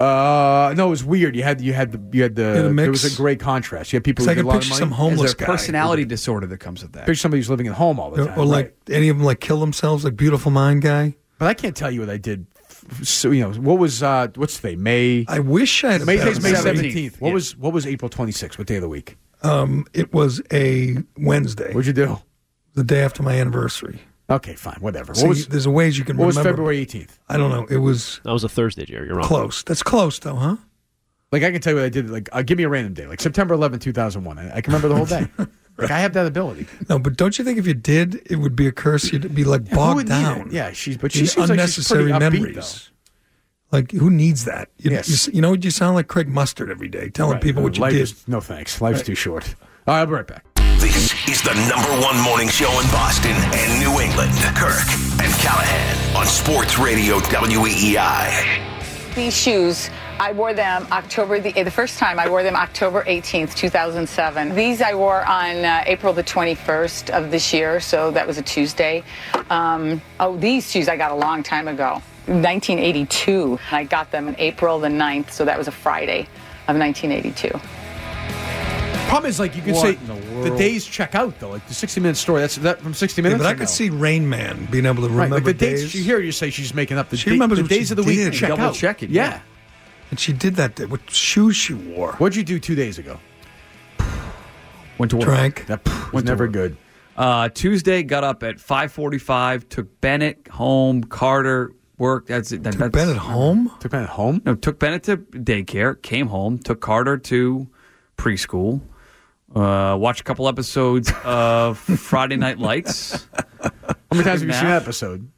[SPEAKER 3] Uh, no, it was weird. You had you had the you had the
[SPEAKER 4] Had a
[SPEAKER 3] there
[SPEAKER 4] mix.
[SPEAKER 3] was a great contrast. You had people
[SPEAKER 4] It's
[SPEAKER 3] who
[SPEAKER 4] like
[SPEAKER 3] did a
[SPEAKER 4] I
[SPEAKER 3] lot of
[SPEAKER 4] picture
[SPEAKER 3] money.
[SPEAKER 4] some homeless
[SPEAKER 3] Is
[SPEAKER 5] There's
[SPEAKER 3] there
[SPEAKER 5] a
[SPEAKER 3] a
[SPEAKER 5] personality disorder that comes with that.
[SPEAKER 3] Picture somebody who's living at home all the
[SPEAKER 4] Or,
[SPEAKER 3] time.
[SPEAKER 4] or like
[SPEAKER 3] right.
[SPEAKER 4] any of them, like kill themselves, like beautiful mind guy.
[SPEAKER 3] but I can't tell you what I did. f- So you know what was uh what's today May?
[SPEAKER 4] I wish I had a
[SPEAKER 3] May
[SPEAKER 4] better
[SPEAKER 3] today's May
[SPEAKER 4] memory.
[SPEAKER 3] seventeenth. What was what was April twenty sixth? What day of the week?
[SPEAKER 4] Um, it was a Wednesday,
[SPEAKER 3] What'd you do?
[SPEAKER 4] the day after my anniversary.
[SPEAKER 3] Okay, fine, whatever.
[SPEAKER 4] See,
[SPEAKER 3] what was
[SPEAKER 4] there's a ways you can
[SPEAKER 3] what was
[SPEAKER 4] remember.
[SPEAKER 3] February eighteenth?
[SPEAKER 4] I don't know. It was
[SPEAKER 11] That was a Thursday, Jerry. You're wrong.
[SPEAKER 4] close. That's close though, huh?
[SPEAKER 3] Like I can tell you what I did. Like uh, give me a random day, like September eleventh, two thousand one. I, I can remember the whole day. Like I have that ability.
[SPEAKER 4] No, but don't you think if you did, it would be a curse? You'd be like
[SPEAKER 3] Who
[SPEAKER 4] bogged
[SPEAKER 3] would need it?
[SPEAKER 4] down.
[SPEAKER 3] Yeah, she's but she
[SPEAKER 4] in
[SPEAKER 3] seems like she's pretty upbeat, though.
[SPEAKER 4] Like who needs that? You,
[SPEAKER 3] Yes.
[SPEAKER 4] you, s- you know what? You sound like Craig Mustard every day, telling
[SPEAKER 3] Right.
[SPEAKER 4] people what you
[SPEAKER 3] Life
[SPEAKER 4] did.
[SPEAKER 3] is- no thanks. Life's too short. All right, I'll be right back.
[SPEAKER 1] This is the number one morning show in Boston and New England. Kirk and Callahan on Sports Radio E WEEI.
[SPEAKER 12] These shoes, I wore them October the, the first time I wore them October 18th, 2007. These I wore on uh, April the 21st of this year, so that was a Tuesday. Um, oh, these shoes I got a long time ago, 1982. I got them on April the 9th, so that was a Friday of 1982.
[SPEAKER 3] Problem is, like you could
[SPEAKER 12] What
[SPEAKER 3] say
[SPEAKER 12] in
[SPEAKER 3] the,
[SPEAKER 12] world?
[SPEAKER 3] days check out though, like the sixty minute story. That's that from sixty
[SPEAKER 4] Yeah,
[SPEAKER 3] minutes.
[SPEAKER 4] but I
[SPEAKER 3] or
[SPEAKER 4] could
[SPEAKER 3] no?
[SPEAKER 4] see Rain Man being able to
[SPEAKER 3] right,
[SPEAKER 4] remember
[SPEAKER 3] like the
[SPEAKER 4] days.
[SPEAKER 3] dates you hear. You say she's making up the,
[SPEAKER 4] she
[SPEAKER 3] da-
[SPEAKER 4] remembers
[SPEAKER 3] the
[SPEAKER 4] what
[SPEAKER 3] days
[SPEAKER 4] she
[SPEAKER 3] of the week.
[SPEAKER 4] did.
[SPEAKER 3] Check out. yeah.
[SPEAKER 4] and she did that day. What shoes she wore?
[SPEAKER 3] What'd you do two days ago?
[SPEAKER 5] Went to work.
[SPEAKER 4] Drank.
[SPEAKER 3] That pff, was never good.
[SPEAKER 5] Uh, Tuesday, got up at 5:45, took Bennett home, Carter work. That's it. That, took
[SPEAKER 4] Bennett home.
[SPEAKER 3] Took Bennett home.
[SPEAKER 5] No, took Bennett to daycare, came home, took Carter to preschool, uh, watched a couple episodes of Friday Night Lights.
[SPEAKER 3] How many times have you seen
[SPEAKER 5] Math.
[SPEAKER 3] that episode?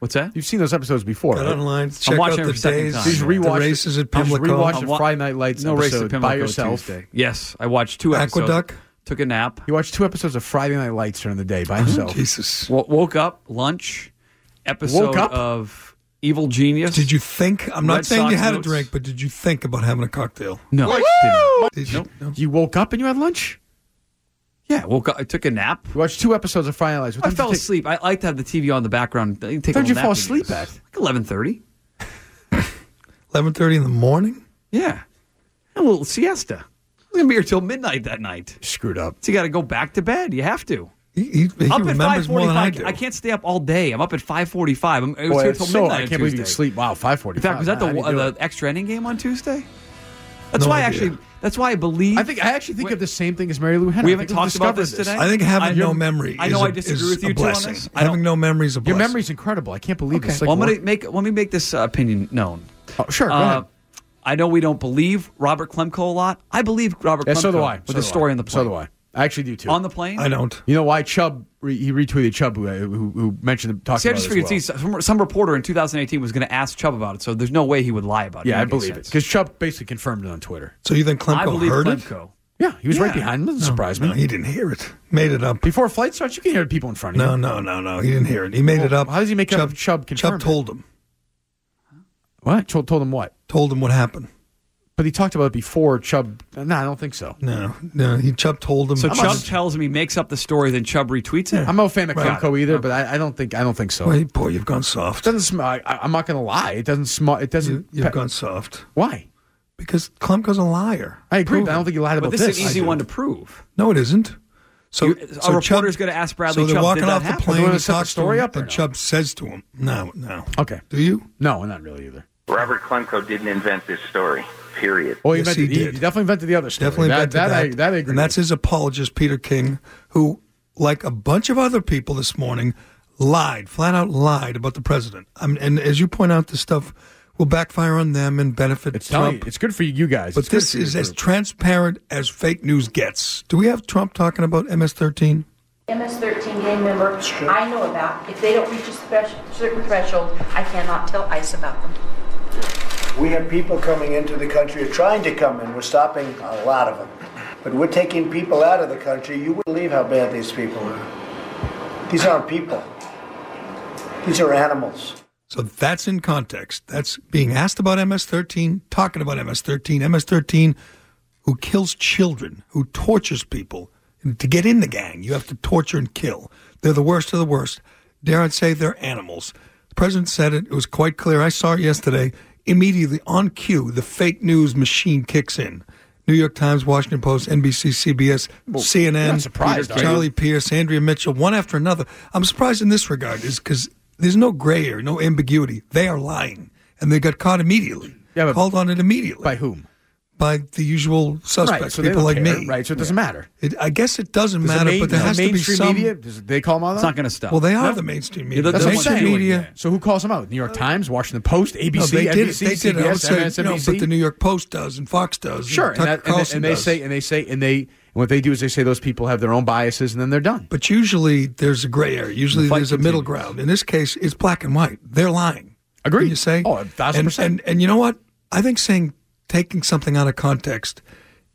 [SPEAKER 5] What's that?
[SPEAKER 3] You've seen those episodes before.
[SPEAKER 4] Got
[SPEAKER 3] right?
[SPEAKER 4] online.
[SPEAKER 5] I'm
[SPEAKER 4] Check out
[SPEAKER 5] watching it
[SPEAKER 4] the
[SPEAKER 5] for the second
[SPEAKER 4] days.
[SPEAKER 5] time.
[SPEAKER 3] She's
[SPEAKER 5] The
[SPEAKER 3] rewatched
[SPEAKER 4] races at
[SPEAKER 3] I just
[SPEAKER 4] Pimlico.
[SPEAKER 3] rewatched
[SPEAKER 5] I'm
[SPEAKER 3] the
[SPEAKER 5] wa-
[SPEAKER 3] Friday Night Lights
[SPEAKER 5] No race
[SPEAKER 3] episode
[SPEAKER 5] at Pimlico
[SPEAKER 3] by yourself.
[SPEAKER 5] Tuesday. Yes, I watched two episodes.
[SPEAKER 4] Aqueduct?
[SPEAKER 5] Took a nap.
[SPEAKER 3] He watched two episodes of Friday Night Lights during the day
[SPEAKER 5] Oh,
[SPEAKER 3] by himself.
[SPEAKER 4] Jesus.
[SPEAKER 5] W- woke up, lunch, episode
[SPEAKER 3] Woke up?
[SPEAKER 5] of Evil Genius.
[SPEAKER 4] Did you think? I'm not
[SPEAKER 5] Red
[SPEAKER 4] saying
[SPEAKER 5] Sox
[SPEAKER 4] you had
[SPEAKER 5] notes.
[SPEAKER 4] a drink, but did you think about having a cocktail?
[SPEAKER 5] No. I didn't.
[SPEAKER 4] Did you? No.
[SPEAKER 3] You woke up and you had lunch.
[SPEAKER 5] Yeah, woke up. I took a nap.
[SPEAKER 3] You watched two episodes of Friday Night Lights. What
[SPEAKER 5] I
[SPEAKER 3] time did
[SPEAKER 5] fell
[SPEAKER 3] you take-
[SPEAKER 5] asleep. I like to have the TV on in the background. Take
[SPEAKER 3] What time did you fall asleep at?
[SPEAKER 5] Like eleven thirty.
[SPEAKER 4] 11:30 in the morning.
[SPEAKER 5] Yeah, a little siesta. I'm gonna be here till midnight that night.
[SPEAKER 3] Screwed up.
[SPEAKER 5] So you got to go back to bed. You have to.
[SPEAKER 4] He, he, he
[SPEAKER 5] up at five
[SPEAKER 4] remembers more than I
[SPEAKER 5] forty-five.
[SPEAKER 4] do.
[SPEAKER 5] I can't stay up all day. I'm up at five forty-five. I'm I was
[SPEAKER 3] Boy,
[SPEAKER 5] here
[SPEAKER 3] that's
[SPEAKER 5] till
[SPEAKER 3] so-
[SPEAKER 5] midnight.
[SPEAKER 3] I
[SPEAKER 5] on
[SPEAKER 3] can't believe you
[SPEAKER 5] Tuesday.
[SPEAKER 3] sleep. Wow, five forty.
[SPEAKER 5] In fact, was that the, uh, the extra inning game on Tuesday? That's
[SPEAKER 4] No
[SPEAKER 5] why I
[SPEAKER 4] idea.
[SPEAKER 5] actually. That's why I believe.
[SPEAKER 3] I think I actually think of the same thing as Mary Lou Henner.
[SPEAKER 5] we
[SPEAKER 3] I
[SPEAKER 5] haven't
[SPEAKER 3] think we've
[SPEAKER 5] talked about
[SPEAKER 3] discovered
[SPEAKER 5] this today.
[SPEAKER 4] I think having no
[SPEAKER 5] you're-
[SPEAKER 4] memory.
[SPEAKER 5] I know
[SPEAKER 4] is
[SPEAKER 5] I
[SPEAKER 4] a-
[SPEAKER 5] disagree
[SPEAKER 4] is
[SPEAKER 5] with you
[SPEAKER 4] a
[SPEAKER 5] too on
[SPEAKER 4] blessing.
[SPEAKER 5] this. I don't-
[SPEAKER 4] Having no memory is a
[SPEAKER 3] Your
[SPEAKER 4] blessing.
[SPEAKER 3] memory's incredible. I can't believe this.
[SPEAKER 5] well, I'm gonna make let me make this uh, opinion known.
[SPEAKER 3] oh, sure. Go
[SPEAKER 5] Uh,
[SPEAKER 3] ahead.
[SPEAKER 5] I know we don't believe Robert Klemko a lot. I believe Robert
[SPEAKER 3] Yeah,
[SPEAKER 5] Klemko
[SPEAKER 3] so do I.
[SPEAKER 5] with
[SPEAKER 3] so
[SPEAKER 5] the
[SPEAKER 3] do
[SPEAKER 5] story
[SPEAKER 3] I.
[SPEAKER 5] on the plane.
[SPEAKER 3] So do I. I actually do too.
[SPEAKER 5] On the plane?
[SPEAKER 4] I don't.
[SPEAKER 3] you know why Chubb? Re- he retweeted Chubb who, who, who mentioned the talking
[SPEAKER 5] See, I
[SPEAKER 3] about it as
[SPEAKER 5] just figured
[SPEAKER 3] well.
[SPEAKER 5] see, some, some reporter in 2018 was going to ask Chubb about it, so there's no way he would lie about it.
[SPEAKER 3] Yeah, I
[SPEAKER 5] It makes
[SPEAKER 3] believe it
[SPEAKER 5] sense.
[SPEAKER 3] because Chubb basically confirmed it on Twitter.
[SPEAKER 4] So you think
[SPEAKER 5] I
[SPEAKER 4] Klemko
[SPEAKER 5] believe
[SPEAKER 4] heard it?
[SPEAKER 5] Klemko.
[SPEAKER 3] Yeah, he was right
[SPEAKER 5] Yeah.
[SPEAKER 3] behind. Doesn't surprise me.
[SPEAKER 4] No, he didn't hear it. Made it up.
[SPEAKER 3] Before a flight starts, you can hear people in front of
[SPEAKER 4] No,
[SPEAKER 3] you.
[SPEAKER 4] no, no, no. He didn't hear it. He made it
[SPEAKER 3] Well,
[SPEAKER 4] up.
[SPEAKER 3] how does he make it up if Chubb confirmed it?
[SPEAKER 4] told him.
[SPEAKER 3] What? Told, told him what?
[SPEAKER 4] Told him what happened.
[SPEAKER 3] But he talked about it before Chubb. No, I don't think so.
[SPEAKER 4] No, no. He Chubb told him.
[SPEAKER 5] So
[SPEAKER 4] How
[SPEAKER 5] Chubb
[SPEAKER 4] much-
[SPEAKER 5] tells him he makes up the story, then Chubb retweets it.
[SPEAKER 3] I'm no fan of
[SPEAKER 4] Right.
[SPEAKER 3] Klemko either, but I, I don't think I don't think so.
[SPEAKER 4] Wait, boy, you've gone
[SPEAKER 3] It
[SPEAKER 4] soft.
[SPEAKER 3] doesn't smell. I, I- I'm not going to lie. It doesn't smell. It doesn't.
[SPEAKER 4] You, you've
[SPEAKER 3] pe-
[SPEAKER 4] gone soft
[SPEAKER 3] Why?
[SPEAKER 4] because Klemko's a liar.
[SPEAKER 3] I agree.
[SPEAKER 4] Prove
[SPEAKER 3] but I
[SPEAKER 4] it.
[SPEAKER 3] don't think you lied
[SPEAKER 5] but
[SPEAKER 3] about
[SPEAKER 5] this, is an easy
[SPEAKER 3] I do.
[SPEAKER 5] one to prove.
[SPEAKER 4] No, it isn't. So,
[SPEAKER 5] You-
[SPEAKER 4] so
[SPEAKER 5] a
[SPEAKER 4] Chubb-
[SPEAKER 5] reporter's gonna ask Bradley
[SPEAKER 4] So they're
[SPEAKER 5] Chubb,
[SPEAKER 4] walking
[SPEAKER 5] did that
[SPEAKER 4] off the
[SPEAKER 5] happen?
[SPEAKER 3] Do you
[SPEAKER 4] plane.
[SPEAKER 3] wanna
[SPEAKER 4] He
[SPEAKER 3] set the
[SPEAKER 4] talks
[SPEAKER 3] story
[SPEAKER 4] to him,
[SPEAKER 3] up or
[SPEAKER 4] and
[SPEAKER 3] no?
[SPEAKER 4] Chubb says to him, "No, no."
[SPEAKER 3] Okay.
[SPEAKER 4] Do you?
[SPEAKER 3] No, not really either.
[SPEAKER 13] Robert Klemko didn't invent this story.
[SPEAKER 9] period.
[SPEAKER 3] Well, Oh, he, meant, he, definitely invented the other story.
[SPEAKER 4] Definitely
[SPEAKER 3] that,
[SPEAKER 4] invented
[SPEAKER 3] that, I,
[SPEAKER 4] that.
[SPEAKER 3] that I agree.
[SPEAKER 4] And that's his apologist, Peter King, who, like a bunch of other people this morning, lied, flat out lied about the president. I mean, and as you point out, this stuff will backfire on them and benefit
[SPEAKER 3] It's telling
[SPEAKER 4] Trump.
[SPEAKER 3] you, it's good for you guys.
[SPEAKER 4] but
[SPEAKER 3] It's good
[SPEAKER 4] this
[SPEAKER 3] for your
[SPEAKER 4] is as
[SPEAKER 3] group.
[SPEAKER 4] transparent as fake news gets. Do we have Trump talking about MS-13?
[SPEAKER 11] MS-13 gang member I know about. If they don't reach a special, certain threshold, I cannot tell ICE about them.
[SPEAKER 13] We have people coming into the country or trying to come in. We're stopping a lot of them. But we're taking people out of the country. You would believe how bad these people are. These aren't people. These are animals.
[SPEAKER 4] So that's in context. That's being asked about MS 13, talking about MS 13. MS 13, who kills children, who tortures people. And to get in the gang, you have to torture and kill. They're the worst of the worst. Dare I say, they're animals. The president said it. It was quite clear. I saw it yesterday. Immediately on cue, the fake news machine kicks in. New York Times, Washington Post, NBC, CBS,
[SPEAKER 3] Well,
[SPEAKER 4] CNN,
[SPEAKER 3] you're not surprised, are you?
[SPEAKER 4] Charlie Pierce, Andrea Mitchell, one after another. I'm surprised in this regard is because there's no gray or no ambiguity. They are lying, and they got caught immediately. Yeah, called on it immediately. By
[SPEAKER 3] whom?
[SPEAKER 4] By the usual suspects,
[SPEAKER 3] Right, so they
[SPEAKER 4] people like
[SPEAKER 3] don't care,
[SPEAKER 4] me.
[SPEAKER 3] Right, so it doesn't matter.
[SPEAKER 4] It, I guess it doesn't
[SPEAKER 3] Does the
[SPEAKER 4] matter,
[SPEAKER 3] main-
[SPEAKER 4] but there
[SPEAKER 3] the
[SPEAKER 4] has to be
[SPEAKER 3] mainstream
[SPEAKER 4] some.
[SPEAKER 3] media, does- they call them out.
[SPEAKER 4] It's not gonna stop. Well, they are the mainstream media.
[SPEAKER 3] that's
[SPEAKER 4] The
[SPEAKER 3] what I'm
[SPEAKER 4] mainstream
[SPEAKER 3] saying.
[SPEAKER 4] media-
[SPEAKER 3] So who calls them out? New York Times, Washington Post, ABC,
[SPEAKER 4] no, they did. it.
[SPEAKER 3] NBC,
[SPEAKER 4] they did. it. I would
[SPEAKER 3] CBS,
[SPEAKER 4] say, no,
[SPEAKER 3] MSNBC.
[SPEAKER 4] but the New York Post does, and Fox does.
[SPEAKER 3] Sure, and,
[SPEAKER 4] Tucker
[SPEAKER 3] that, and,
[SPEAKER 4] Carlson
[SPEAKER 3] and they
[SPEAKER 4] does.
[SPEAKER 3] say and they say and they and what they do is they say those people have their own biases and then they're done.
[SPEAKER 4] But usually there's a gray area. Usually
[SPEAKER 3] The fight
[SPEAKER 4] there's a middle
[SPEAKER 3] continues.
[SPEAKER 4] ground. In this case, it's black and white. They're lying.
[SPEAKER 3] Agree.
[SPEAKER 4] You say?
[SPEAKER 3] Oh, a thousand
[SPEAKER 4] and,
[SPEAKER 3] percent.
[SPEAKER 4] And, and you know what? I think saying taking something out of context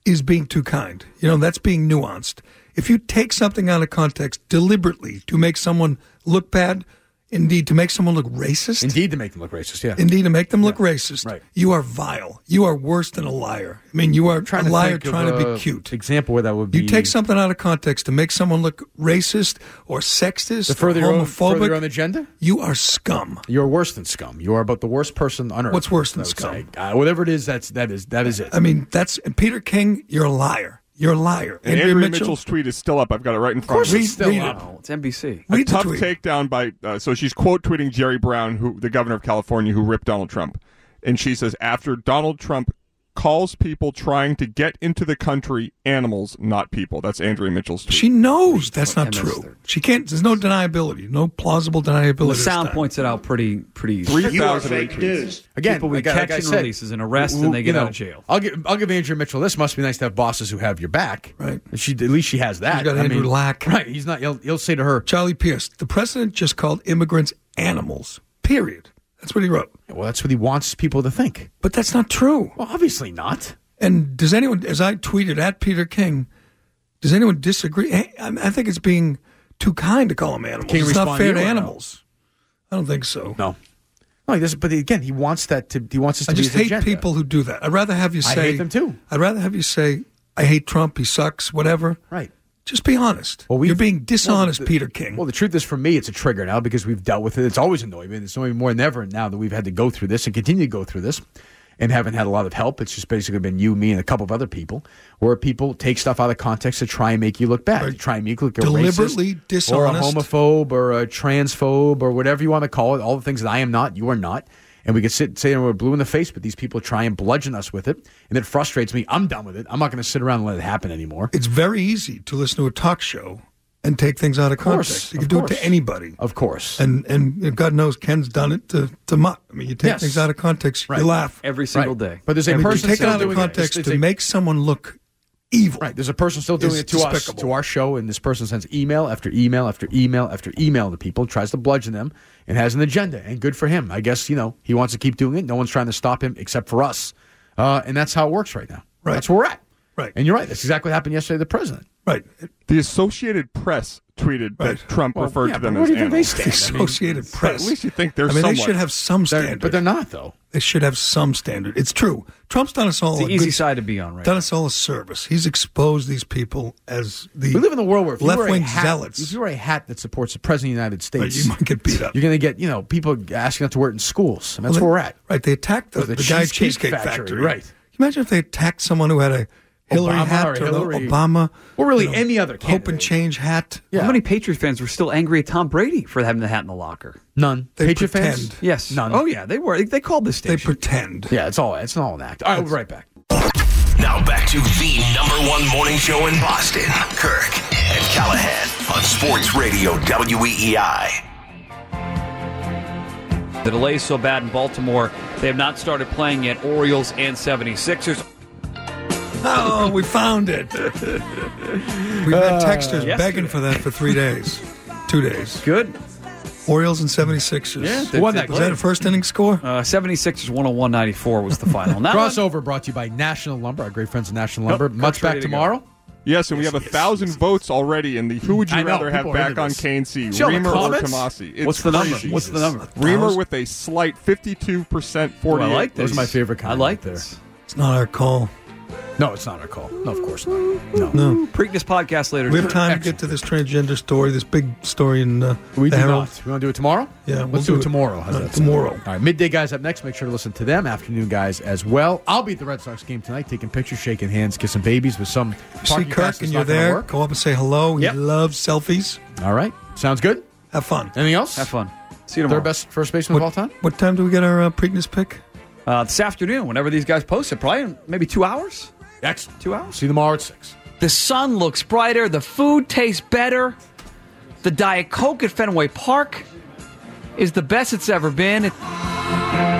[SPEAKER 4] is being too kind. You know, that's being nuanced. If you take something out of context deliberately to make someone look bad, indeed to make someone look racist,
[SPEAKER 3] Indeed, to make them look racist. Yeah.
[SPEAKER 4] indeed to make them look racist, right. you are vile. You are worse than a liar. I mean, you are
[SPEAKER 3] Trying
[SPEAKER 4] a
[SPEAKER 3] to
[SPEAKER 4] liar
[SPEAKER 3] think of
[SPEAKER 4] trying to
[SPEAKER 3] a
[SPEAKER 4] be cute.
[SPEAKER 3] Example where that would be.
[SPEAKER 4] You take something out of context to make someone look racist or sexist
[SPEAKER 3] the further
[SPEAKER 4] or
[SPEAKER 3] your own,
[SPEAKER 4] homophobic.
[SPEAKER 3] further your own agenda.
[SPEAKER 4] You are scum.
[SPEAKER 3] You're worse than scum. You are about the worst person on earth.
[SPEAKER 4] What's worse than
[SPEAKER 3] I would
[SPEAKER 4] scum? Uh,
[SPEAKER 3] say. Uh, whatever it is, that's that is that is it.
[SPEAKER 4] I mean, that's and Peter King. You're a liar. You're a liar.
[SPEAKER 6] And Andrea, Mitchell's tweet is still up. I've got it right in front of me.
[SPEAKER 4] read, read it.
[SPEAKER 5] It's NBC.
[SPEAKER 6] A
[SPEAKER 4] Read the
[SPEAKER 6] tough
[SPEAKER 4] tweet.
[SPEAKER 6] takedown by uh, so she's quote tweeting Jerry Brown, who the governor of California, who ripped Donald Trump, and she says after Donald Trump calls people trying to get into the country animals, not people. That's Andrea Mitchell's tweet.
[SPEAKER 4] She knows that's not true. She can't. There's no deniability. No plausible deniability.
[SPEAKER 5] The
[SPEAKER 4] this
[SPEAKER 5] sound
[SPEAKER 4] time.
[SPEAKER 5] points it out pretty pretty easy.
[SPEAKER 6] Three You are thousand fake retweets. news.
[SPEAKER 3] Again,
[SPEAKER 5] people we
[SPEAKER 3] like I-
[SPEAKER 5] catch
[SPEAKER 3] like I
[SPEAKER 5] and
[SPEAKER 3] said,
[SPEAKER 5] releases and arrest,
[SPEAKER 3] w-
[SPEAKER 5] and they
[SPEAKER 3] you
[SPEAKER 5] get
[SPEAKER 3] know,
[SPEAKER 5] out of jail.
[SPEAKER 3] I'll give I'll give Andrew Mitchell. This must be nice to have bosses who have your back. Right. She at least she has that.
[SPEAKER 4] She's got
[SPEAKER 3] I
[SPEAKER 4] Andrew
[SPEAKER 3] mean,
[SPEAKER 4] Lack.
[SPEAKER 3] Right. He's not. He'll, he'll say to her,
[SPEAKER 4] Charlie Pierce. The president just called immigrants animals. Period. That's what he wrote.
[SPEAKER 3] "Well, that's what he wants people to think."
[SPEAKER 4] But that's not true.
[SPEAKER 3] Well, obviously not.
[SPEAKER 4] And does anyone, as I tweeted at Peter King, does anyone disagree? I, I I think it's being too kind to call them animals.
[SPEAKER 3] King
[SPEAKER 4] it's not
[SPEAKER 3] respond
[SPEAKER 4] fair
[SPEAKER 3] you
[SPEAKER 4] to
[SPEAKER 3] or no?
[SPEAKER 4] animals. I don't think so.
[SPEAKER 3] No. No, he doesn't. But again, he wants that to. He wants us to
[SPEAKER 4] I
[SPEAKER 3] be
[SPEAKER 4] just
[SPEAKER 3] his
[SPEAKER 4] hate
[SPEAKER 3] agenda.
[SPEAKER 4] people who do that. I'd rather have you
[SPEAKER 3] I
[SPEAKER 4] say
[SPEAKER 3] hate them too.
[SPEAKER 4] I'd rather have you say I hate Trump. He sucks. Whatever.
[SPEAKER 3] Right.
[SPEAKER 4] Just be honest.
[SPEAKER 3] Well, we-
[SPEAKER 4] You're being dishonest,
[SPEAKER 3] Well, the-
[SPEAKER 4] Peter King.
[SPEAKER 3] Well, the truth is, for me, it's a trigger now because we've dealt with it. It's always annoyed me. and It's annoying me more than ever now that we've had to go through this and continue to go through this and haven't had a lot of help. It's just basically been you, me, and a couple of other people where people take stuff out of context to try and make you look bad, to try and make you look a
[SPEAKER 4] Deliberately
[SPEAKER 3] racist,
[SPEAKER 4] dishonest.
[SPEAKER 3] Or a homophobe or a transphobe or whatever you want to call it. All the things that I am not, you are not. And we could sit and say we're blue in the face, but these people try and bludgeon us with it. And it frustrates me. I'm done with it. I'm not going to sit around and let it happen anymore.
[SPEAKER 4] it's very easy to listen to a talk show and take things out of
[SPEAKER 3] course,
[SPEAKER 4] context. You
[SPEAKER 3] of
[SPEAKER 4] can do it
[SPEAKER 3] course.
[SPEAKER 4] to anybody.
[SPEAKER 3] Of course.
[SPEAKER 4] And and God knows Ken's done it to to Mutt. I mean, you take
[SPEAKER 3] Yes.
[SPEAKER 4] things out of context,
[SPEAKER 3] Right.
[SPEAKER 4] you laugh.
[SPEAKER 5] Every single
[SPEAKER 3] Right.
[SPEAKER 5] day.
[SPEAKER 3] But there's a
[SPEAKER 4] I mean,
[SPEAKER 3] person
[SPEAKER 4] to take it
[SPEAKER 3] still
[SPEAKER 4] out of
[SPEAKER 3] doing it.
[SPEAKER 4] context
[SPEAKER 3] It's
[SPEAKER 4] to
[SPEAKER 3] a-
[SPEAKER 4] make someone look evil.
[SPEAKER 3] Right. There's a person still doing
[SPEAKER 4] It's
[SPEAKER 3] it to us,
[SPEAKER 4] despicable.
[SPEAKER 3] to our show, and this person sends email after email after email after email to people, tries to bludgeon them, and has an agenda. And good for him. I guess, you know, he wants to keep doing it. No one's trying to stop him except for us. Uh, and that's how it works right now.
[SPEAKER 4] Right.
[SPEAKER 3] That's where we're at.
[SPEAKER 4] Right.
[SPEAKER 3] And you're right. That's exactly what happened yesterday to the president.
[SPEAKER 4] Right.
[SPEAKER 6] the Associated Press tweeted
[SPEAKER 4] Right.
[SPEAKER 6] that Trump
[SPEAKER 3] Well,
[SPEAKER 6] referred
[SPEAKER 3] yeah,
[SPEAKER 6] to them
[SPEAKER 3] but where
[SPEAKER 6] as
[SPEAKER 3] do you think
[SPEAKER 6] animals.
[SPEAKER 3] they
[SPEAKER 4] The
[SPEAKER 3] stand? I mean,
[SPEAKER 4] Associated
[SPEAKER 6] But
[SPEAKER 4] Press.
[SPEAKER 6] at least you think they're
[SPEAKER 4] I mean,
[SPEAKER 6] somewhat.
[SPEAKER 4] they should have some
[SPEAKER 3] they're-
[SPEAKER 4] standard.
[SPEAKER 3] but they're not, though.
[SPEAKER 4] They should have some standard. It's true. Trump's done us all
[SPEAKER 5] It's
[SPEAKER 4] a
[SPEAKER 5] the easy
[SPEAKER 4] good-
[SPEAKER 5] side to be on, right?
[SPEAKER 4] done us all a service. He's exposed these people as the
[SPEAKER 3] We live in the world where if you wear a
[SPEAKER 4] left-wing
[SPEAKER 3] hat-
[SPEAKER 4] zealots.
[SPEAKER 3] If you wear a hat that supports the president of the United
[SPEAKER 4] Right,
[SPEAKER 3] States,
[SPEAKER 4] you might get beat up.
[SPEAKER 3] you're going to get, you know, people asking not to wear it in schools. And that's
[SPEAKER 4] Well,
[SPEAKER 3] where we're
[SPEAKER 4] they-
[SPEAKER 3] at.
[SPEAKER 4] Right. They attacked the,
[SPEAKER 3] Or the
[SPEAKER 4] the, guy at
[SPEAKER 3] Cheesecake
[SPEAKER 4] Cheesecake Factory.
[SPEAKER 3] Factory, right.
[SPEAKER 4] Can you Imagine if they attacked someone who had a Hillary
[SPEAKER 3] Obama
[SPEAKER 4] hat
[SPEAKER 3] or
[SPEAKER 4] or, an
[SPEAKER 3] Hillary-
[SPEAKER 4] Obama.
[SPEAKER 3] Or really
[SPEAKER 4] you
[SPEAKER 3] any other
[SPEAKER 4] Hope
[SPEAKER 3] candidate.
[SPEAKER 4] and Change hat.
[SPEAKER 3] Yeah.
[SPEAKER 5] How many Patriot fans were still angry at Tom Brady for having the hat in the locker?
[SPEAKER 3] None.
[SPEAKER 4] They
[SPEAKER 3] Patriot
[SPEAKER 4] pretend.
[SPEAKER 3] fans?
[SPEAKER 5] Yes.
[SPEAKER 3] None.
[SPEAKER 5] Oh yeah, they were. They called the
[SPEAKER 4] They
[SPEAKER 5] station.
[SPEAKER 4] pretend.
[SPEAKER 3] Yeah, it's all it's all an act. All right, we'll be right back.
[SPEAKER 1] Now back to the number one morning show in Boston. Kirk and Callahan on Sports Radio E WEEI.
[SPEAKER 5] The delay is so bad in Baltimore, they have not started playing yet. Orioles and 76ers.
[SPEAKER 4] Oh, we found it. We've
[SPEAKER 3] Uh,
[SPEAKER 4] had texters
[SPEAKER 5] Yesterday.
[SPEAKER 4] begging for that for three days, two days.
[SPEAKER 5] Good.
[SPEAKER 4] Orioles and 76ers.
[SPEAKER 5] Yeah, they-
[SPEAKER 4] was
[SPEAKER 5] they
[SPEAKER 4] that
[SPEAKER 5] played.
[SPEAKER 4] a first inning score?
[SPEAKER 5] Uh, 76ers 101 94 was the final. Now,
[SPEAKER 3] Crossover brought to you by National Lumber, our great friends at National
[SPEAKER 6] Nope,
[SPEAKER 3] Lumber. Much
[SPEAKER 6] Kirk's
[SPEAKER 3] back
[SPEAKER 6] ready to go.
[SPEAKER 3] tomorrow.
[SPEAKER 6] Yes, and we have a thousand votes already in the who would
[SPEAKER 3] I
[SPEAKER 6] you
[SPEAKER 3] know,
[SPEAKER 6] rather have
[SPEAKER 3] people are
[SPEAKER 6] back
[SPEAKER 3] into
[SPEAKER 6] on
[SPEAKER 3] this.
[SPEAKER 6] KNC,
[SPEAKER 3] See all the
[SPEAKER 6] Reamer or
[SPEAKER 3] comments?
[SPEAKER 6] Tomasi. It's
[SPEAKER 5] What's the number?
[SPEAKER 6] crazy.
[SPEAKER 5] What's the number?
[SPEAKER 6] Reamer with a slight 52% 48.
[SPEAKER 5] I like
[SPEAKER 3] Those are my favorite comments.
[SPEAKER 5] I like
[SPEAKER 3] there.
[SPEAKER 5] this.
[SPEAKER 4] It's not our call.
[SPEAKER 3] No, it's not our call. No, of course not. No.
[SPEAKER 4] No.
[SPEAKER 5] Preakness podcast later.
[SPEAKER 4] We have
[SPEAKER 5] today.
[SPEAKER 4] time to get to this transgender story, this big story in uh,
[SPEAKER 3] We
[SPEAKER 4] the
[SPEAKER 3] do
[SPEAKER 4] Herald.
[SPEAKER 3] not. We want to do it tomorrow?
[SPEAKER 4] Yeah,
[SPEAKER 3] Let's
[SPEAKER 4] we'll
[SPEAKER 3] do,
[SPEAKER 4] do
[SPEAKER 3] it
[SPEAKER 4] it.
[SPEAKER 3] tomorrow. How's
[SPEAKER 4] Uh,
[SPEAKER 3] that sound?
[SPEAKER 4] tomorrow.
[SPEAKER 3] All right. Midday guys up next. Make sure to listen to them. Afternoon guys as well. I'll be at the Red Sox game tonight, taking pictures, shaking hands, kissing babies with some.
[SPEAKER 4] See
[SPEAKER 3] parking pass
[SPEAKER 4] Kirk
[SPEAKER 3] that's
[SPEAKER 4] and you're
[SPEAKER 3] not gonna
[SPEAKER 4] there.
[SPEAKER 3] work.
[SPEAKER 4] Go up and say hello. He
[SPEAKER 3] Yep.
[SPEAKER 4] loves selfies.
[SPEAKER 3] All right. Sounds good.
[SPEAKER 4] Have fun.
[SPEAKER 3] Anything else?
[SPEAKER 5] Have fun. See you
[SPEAKER 3] Third
[SPEAKER 5] tomorrow.
[SPEAKER 3] best first baseman of all time?
[SPEAKER 4] What time do we get our uh, Preakness pick?
[SPEAKER 5] Uh, this afternoon, whenever these guys post it, probably in maybe two hours.
[SPEAKER 3] Excellent.
[SPEAKER 5] Two hours.
[SPEAKER 3] See you tomorrow at 6.
[SPEAKER 10] The sun looks brighter. The food tastes better. The Diet Coke at Fenway Park is the best it's ever been. It-